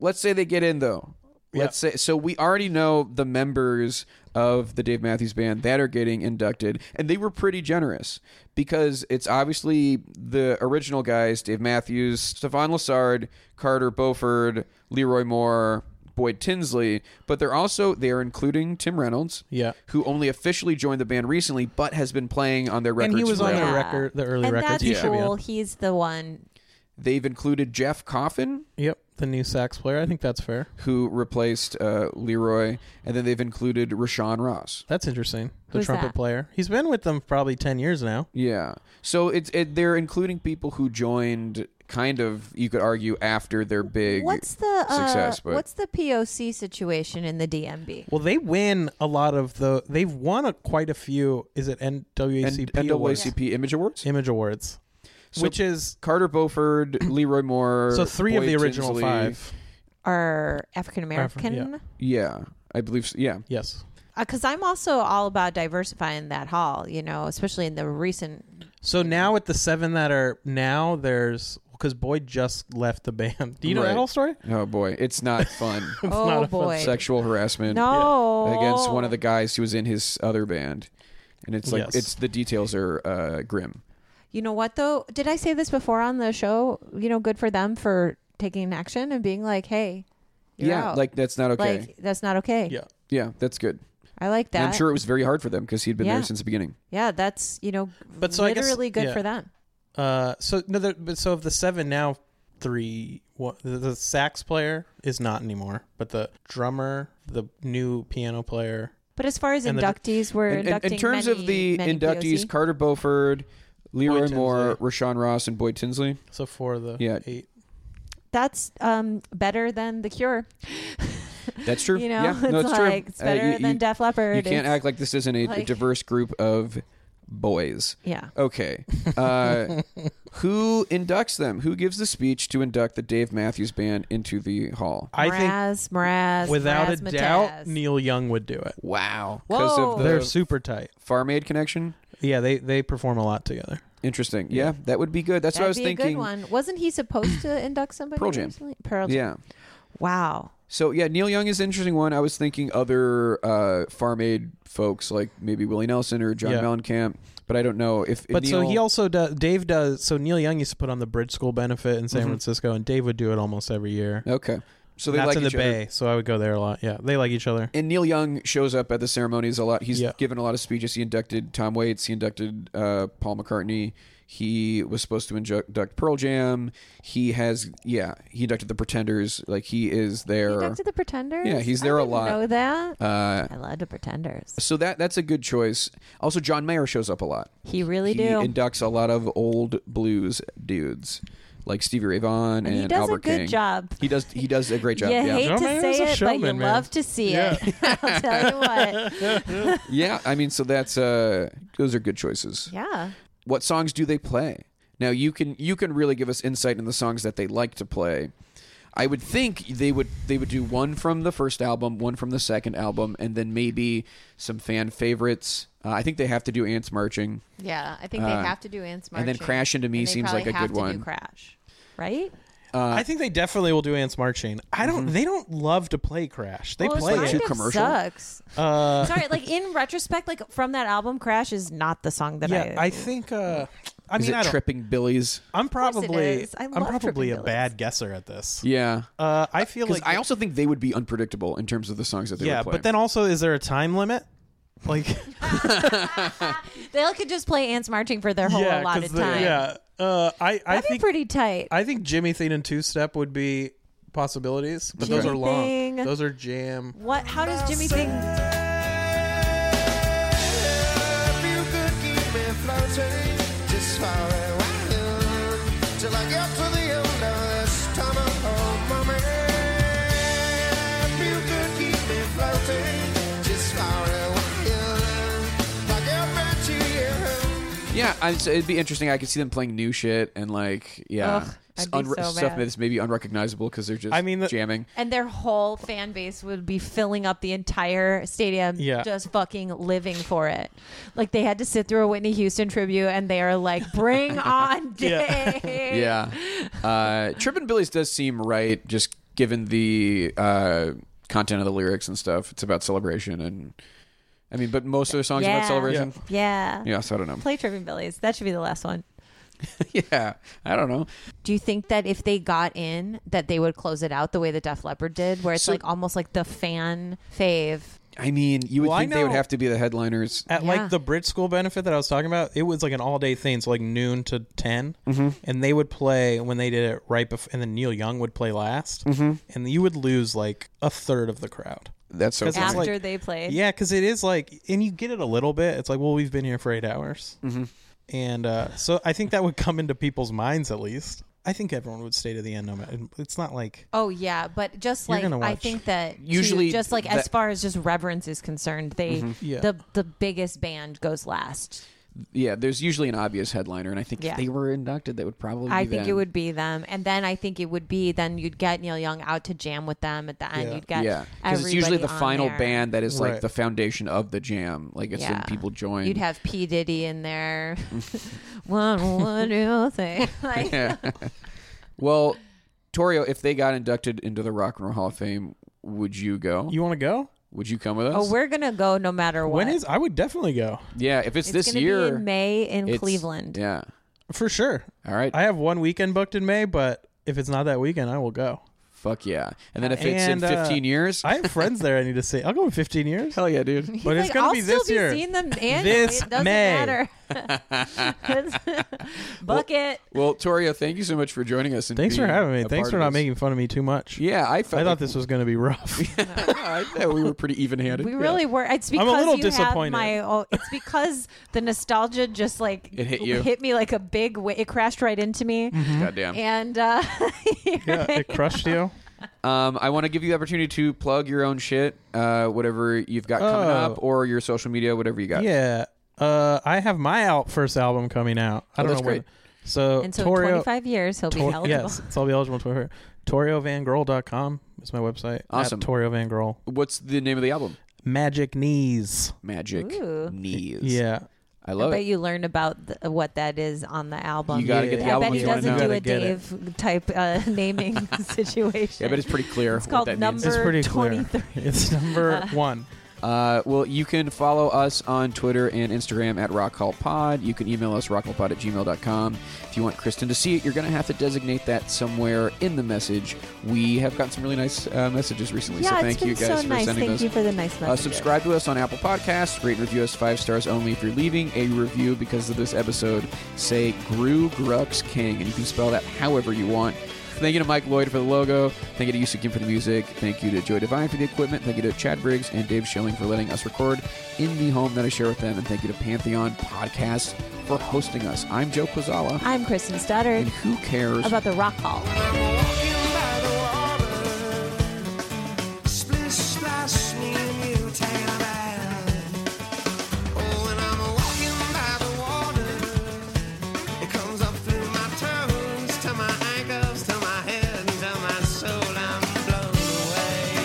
C: Let's say they get in though. Let's say so. We already know the members of the Dave Matthews Band that are getting inducted, and they were pretty generous because it's obviously the original guys: Dave Matthews, Stefan Lassard, Carter Beauford, Leroy Moore, Boyd Tinsley. But they're also they are including Tim Reynolds,
E: Yeah.
C: who only officially joined the band recently, but has been playing on their records.
E: And he was on
C: forever.
E: the record, the early
D: and
E: records.
D: that's
E: He should be
D: cool.
E: on.
D: He's the one.
C: They've included Jeff Coffin,
E: Yep, the new sax player. I think that's fair.
C: who replaced uh, Leroy, and then they've included Rashawn Ross.
E: That's interesting. The
D: Who's
E: trumpet
D: that?
E: player. He's been with them probably ten years now.
C: Yeah, so it's it, they're including people who joined, kind of you could argue after their big
D: What's the uh,
C: success, but
D: what's the POC situation in the DMB?
E: Well, they win a lot of the. They've won a, quite a few. Is it
C: and
E: NWACP? awards?
C: NAACP Image Awards,
E: Image Awards,
C: So-
E: which is
C: Carter Beauford, Leroy Moore,
E: so three of
C: Boyd
E: the original
C: Tinsley.
E: five.
D: Are African American?
C: Yeah, I believe. So. Yeah,
E: Yes.
D: Because Uh, I'm also all about diversifying that hall. You know, especially in the recent
E: So now with the seven that are now, there's because Boyd just left the band. Do you know
C: Right.
E: that whole story?
C: oh boy, it's not fun.
D: Oh boy!
C: Sexual harassment
D: No,
C: against one of the guys who was in his other band, and it's like
E: Yes.
C: it's the details are uh, grim.
D: You know what though? Did I say this before on the show? You know, good for them for taking action and being like, "Hey, you're
C: yeah,
D: out.
C: like that's not okay.
D: Like, that's not okay."
E: Yeah.
C: yeah, that's good.
D: I like that.
C: And I'm sure it was very hard for them because he'd been
D: Yeah.
C: there since the beginning.
D: Yeah, that's you know,
E: But so I guess-
D: literally good
E: yeah.
D: for them.
E: Uh, so no, there, but so of the seven now, three. What the, the sax player is not anymore, but the drummer, the new piano player.
D: But as far as
E: And the-
D: inductees, we're
C: In, in- in
D: inducting
C: terms
D: many-
C: of the
D: many
C: inductees,
D: POC.
C: Carter Beauford, Leroy
E: Boyd
C: Moore, Rashawn Ross, and Boyd Tinsley.
E: So four of the
C: Yeah.
E: eight.
D: that's um, better than the Cure.
C: That's true.
D: You know,
C: yeah, no,
D: it's
C: it's
D: like
C: true.
D: it's better
C: Uh, you,
D: than
C: you-
D: Def Leppard.
C: You can't
D: It's-
C: act like this isn't a
D: like-
C: diverse group of boys.
D: Yeah.
C: Okay. Uh, who inducts them? Who gives the speech to induct the Dave Matthews Band into the hall?
E: I think
D: Mraz, Mraz,
E: without a
D: Mraz,
E: doubt,
D: Mataz.
E: Neil Young would do it.
C: Wow. Because of
D: Whoa.
C: the
E: They're super tight.
C: Farm Aid connection?
E: Yeah, they they perform a lot together.
C: Interesting. Yeah, that would be good. That's
D: That'd
C: what I was
D: be
C: thinking.
D: a good one. Wasn't he supposed to induct somebody?
C: Pearl Jam.
D: recently? Pearl Jam.
C: Yeah.
D: Wow.
C: So yeah, Neil Young is an interesting one. I was thinking other uh, farm aid folks like maybe Willie Nelson or John
E: Yeah.
C: Mellencamp, but I don't know if.
E: But so
C: Neil-
E: he also does. Dave does. So Neil Young used to put on the Bridge School benefit in San Francisco, and Dave would do it almost every year.
C: okay. Mm-hmm. So they
E: That's
C: like
E: in the
C: each other.
E: Bay, so I would go there a lot. Yeah, they like each other.
C: And Neil Young shows up at the ceremonies a lot. He's
E: Yeah.
C: given a lot of speeches. He inducted Tom Waits. He inducted uh, Paul McCartney. He was supposed to inju- induct Pearl Jam. He has, yeah, he inducted the Pretenders. Like he is
D: He
C: there.
D: inducted the Pretenders.
C: Yeah, he's
D: I
C: there a
D: didn't
C: lot.
D: Know that?
C: uh,
D: I love the Pretenders.
C: so that that's a good choice. Also, John Mayer shows up a lot.
D: He really
C: he
D: do.
C: inducts a lot of old blues dudes like Stevie Ray Vaughan and,
D: And he does a
C: Albert
D: good
C: King.
D: job.
C: He does he does a great job.
D: you
C: yeah.
D: hate
E: John
D: to
E: Mayer is a
D: say it, but you
E: showman, man.
D: love to see it. I'll tell you what.
C: yeah, I mean so that's uh those are good choices.
D: Yeah.
C: What songs do they play? Now you can you can really give us insight in the songs that they like to play. I would think they would they would do one from the first album, one from the second album, and then maybe some fan favorites. Uh, I think they have to do Ants Marching.
D: Yeah. I think they
C: Uh,
D: have to do Ants
C: and then Crash Into Me
D: and they
C: seems like
D: probably
C: a
D: have
C: good
D: to do
C: one.
D: Crash. Right?
C: Uh,
E: I think they definitely will do Ants Marching. I
C: Mm-hmm.
E: don't. They don't love to play Crash. They
D: Well, it
E: play Uh,
D: kind
E: it.
C: too
D: of
C: commercial.
D: Sucks. Sorry, like in retrospect, like from that album, Crash is not the song that
E: Yeah,
D: I.
E: I think. Uh, I
C: Is
E: mean, I
C: it
E: don't,
C: Tripping Billy's?
E: I'm
D: course it
E: probably.
D: is. I
E: I'm
D: love
E: probably
D: Tripping
E: a
D: Billies.
E: bad guesser at this.
C: Yeah.
E: Uh, I feel
C: Because
E: like.
C: I also think they would be unpredictable in terms of the songs that they
E: yeah,
C: would play.
E: but then also, is there a time limit? Like,
D: They could just play Ants Marching for their whole
E: yeah,
D: allotted
E: 'cause the-
D: time.
E: yeah. Uh, I I
D: That'd be
E: think
D: pretty tight.
E: I think Jimmy Thing and Two Step would be possibilities, but those
D: Jimmy
E: are long.
D: Thing.
E: Those are jam.
D: what? How does Jimmy think?
F: If you could keep me floating, just far away till I get to the end of this tunnel, oh, mommy. If you could keep me floating, just far away like every tear.
C: yeah, I, so it'd be interesting. I could see them playing new shit and like, yeah,
D: I'd be
C: unre-
D: so
C: stuff
D: mad.
C: that's maybe unrecognizable because they're just
E: I mean, the-
C: jamming.
D: And their whole fan base would be filling up the entire stadium,
E: Yeah.
D: just fucking living for it. Like they had to sit through a Whitney Houston tribute, and they are like, "Bring on Dave!"
C: Yeah. Uh, Trippin' Billies does seem right, just given the uh, content of the lyrics and stuff. It's about celebration, and I mean, but most of the songs are about
D: Yeah.
C: celebration.
D: yeah.
C: Yeah. so I don't know.
D: Play Tripping Billies. That should be the last one.
C: yeah, I don't know.
D: Do you think that if they got in, that they would close it out the way the Def Leppard did, where it's
C: So-
D: like almost like the fan fave?
C: I mean, you would
E: Well, I
C: think they would
E: know-
C: have to be the headliners.
E: At
D: Yeah.
E: like the Brit School benefit that I was talking about, it was like an all day thing, so like noon to 10 and they would play when they did it right before, and then Neil Young would play last, mm-hmm. and you would lose like a third of the crowd.
C: That's so
E: 'Cause
C: funny.
E: it's
D: After
E: like-
D: they played.
E: Yeah, because it is like, and you get it a little bit. It's like, well, we've been here for eight hours, mm-hmm. and uh, so I think that would come into people's minds at least. I think everyone would stay to the end. No matter, it's not like
D: Oh yeah, but just
E: You're
D: like
E: gonna
D: I
E: watch.
D: think that
C: Usually
D: usually just like
C: that- Mm-hmm.
D: as far as just reverence is concerned, they
E: Yeah.
D: the the biggest band goes last.
C: yeah, there's usually an obvious headliner, and I think if
D: Yeah.
C: they were inducted, that would probably.
D: I
C: be
D: think it
C: them.
D: would be them, and then I think it would be then you'd get Neil Young out to jam with them at the end.
E: Yeah.
D: You'd get
C: yeah, because it's usually
D: everybody
C: the
D: on
C: final
D: there.
C: band that is like
E: Right.
C: the foundation of the jam. Like it's when people join.
D: You'd have P Diddy in there. One, one, two, three. Like,
C: Yeah. well, Torio, if they got inducted into the Rock and Roll Hall of Fame, would you go?
E: you want to go.
C: would you come with us?
D: oh, we're gonna go no matter what.
E: When is I would definitely go
C: yeah, if it's,
D: it's
C: this
D: gonna
C: year,
D: Be in May in
C: it's-
D: Cleveland.
C: Yeah.
E: for sure.
C: All right.
E: I have one weekend booked in May, but if it's not that weekend, I will go.
C: Fuck yeah. And then if it's
E: And,
C: in
E: uh,
C: 15 years,
E: I have friends there I need to see. I'll go in 15 years.
C: hell yeah, dude.
E: But it's
D: Like,
E: going
D: I'll
E: to be
D: still
E: this
D: be
E: year.
D: Seeing them annually.
E: This
D: it doesn't
E: May.
D: matter. Bucket.
C: well, Torio, thank you so much for joining us. And
E: Thanks for
C: being
E: having me.
C: a
E: Thanks
C: part
E: for
C: of
E: not
C: this.
E: making fun of me too much.
C: Yeah, I
E: I
C: felt
E: thought this was going to be rough.
C: I thought we were pretty even-handed.
D: We
C: Yeah.
D: really were. It's
E: I'm a
D: because
E: little
D: you
E: disappointed.
D: Have my, oh, it's because the nostalgia just like
C: It hit you.
D: hit me like a big. Wa- it crashed right into me,
C: Goddamn.
D: and uh,
E: Mm-hmm. yeah, it crushed you.
C: Um, I want to give you the opportunity to plug your own shit, uh, whatever you've got coming
E: Oh.
C: up, or your social media, whatever you got.
E: Yeah. Uh, I don't know when- so- first album coming out. I
C: Oh,
E: don't
C: that's
E: know
C: great.
E: When, so
D: and so in
E: Torio,
D: 25 years he'll be
E: Tor-
D: eligible.
E: uh, yes, so I'll be eligible for TorioVanGroll.com is my website.
C: Awesome.
E: At Torio Van Grohl.
C: What's the name of the album?
E: Magic Knees.
C: Magic
D: Ooh.
C: Knees.
E: Yeah.
C: I
D: I
C: love
D: bet
C: it.
D: you learn about th- what that is on the album.
C: You gotta get the
D: I
C: album
D: bet he
C: if you wanna
D: doesn't
C: know.
D: do a
E: Gotta get it.
D: Dave type uh, naming situation.
C: Yeah, but it's pretty clear
D: It's
C: what
D: called
C: that means.
D: Number
E: It's pretty clear.
D: 23.
E: It's number one.
C: Uh, well, you can follow us on Twitter and Instagram at Rock Hall Pod. You can email us rockhallpod at gmail.com. If you want Kristen to see it, you're going to have to designate that somewhere in the message. We have gotten some really nice uh, messages recently,
D: yeah,
C: so
D: it's
C: thank
D: been
C: you guys
D: so
C: for
D: nice.
C: sending
D: Thank
C: those.
D: you for the nice
C: Uh,
D: messages.
C: subscribe to us on Apple Podcasts. Rate and review us five stars only if you're leaving a review because of this episode. Say Gru Grux King, and you can spell that however you want. Thank you to Mike Lloyd for the logo. Thank you to Yusuf Kim for the music. Thank you to Joy Divine for the equipment. Thank you to Chad Briggs and Dave Schilling for letting us record in the home that I share with them. And thank you to Pantheon Podcast for hosting us. I'm Joe Quazala,
D: I'm Kristen Studdard.
C: and who cares?
D: about the rock hall.
F: Walking by the water, splish splash, me and you take a bath. Oh, when I'm walking by the water, it comes up through my toes, to my ankles, to my head, and to my soul. I'm blown away.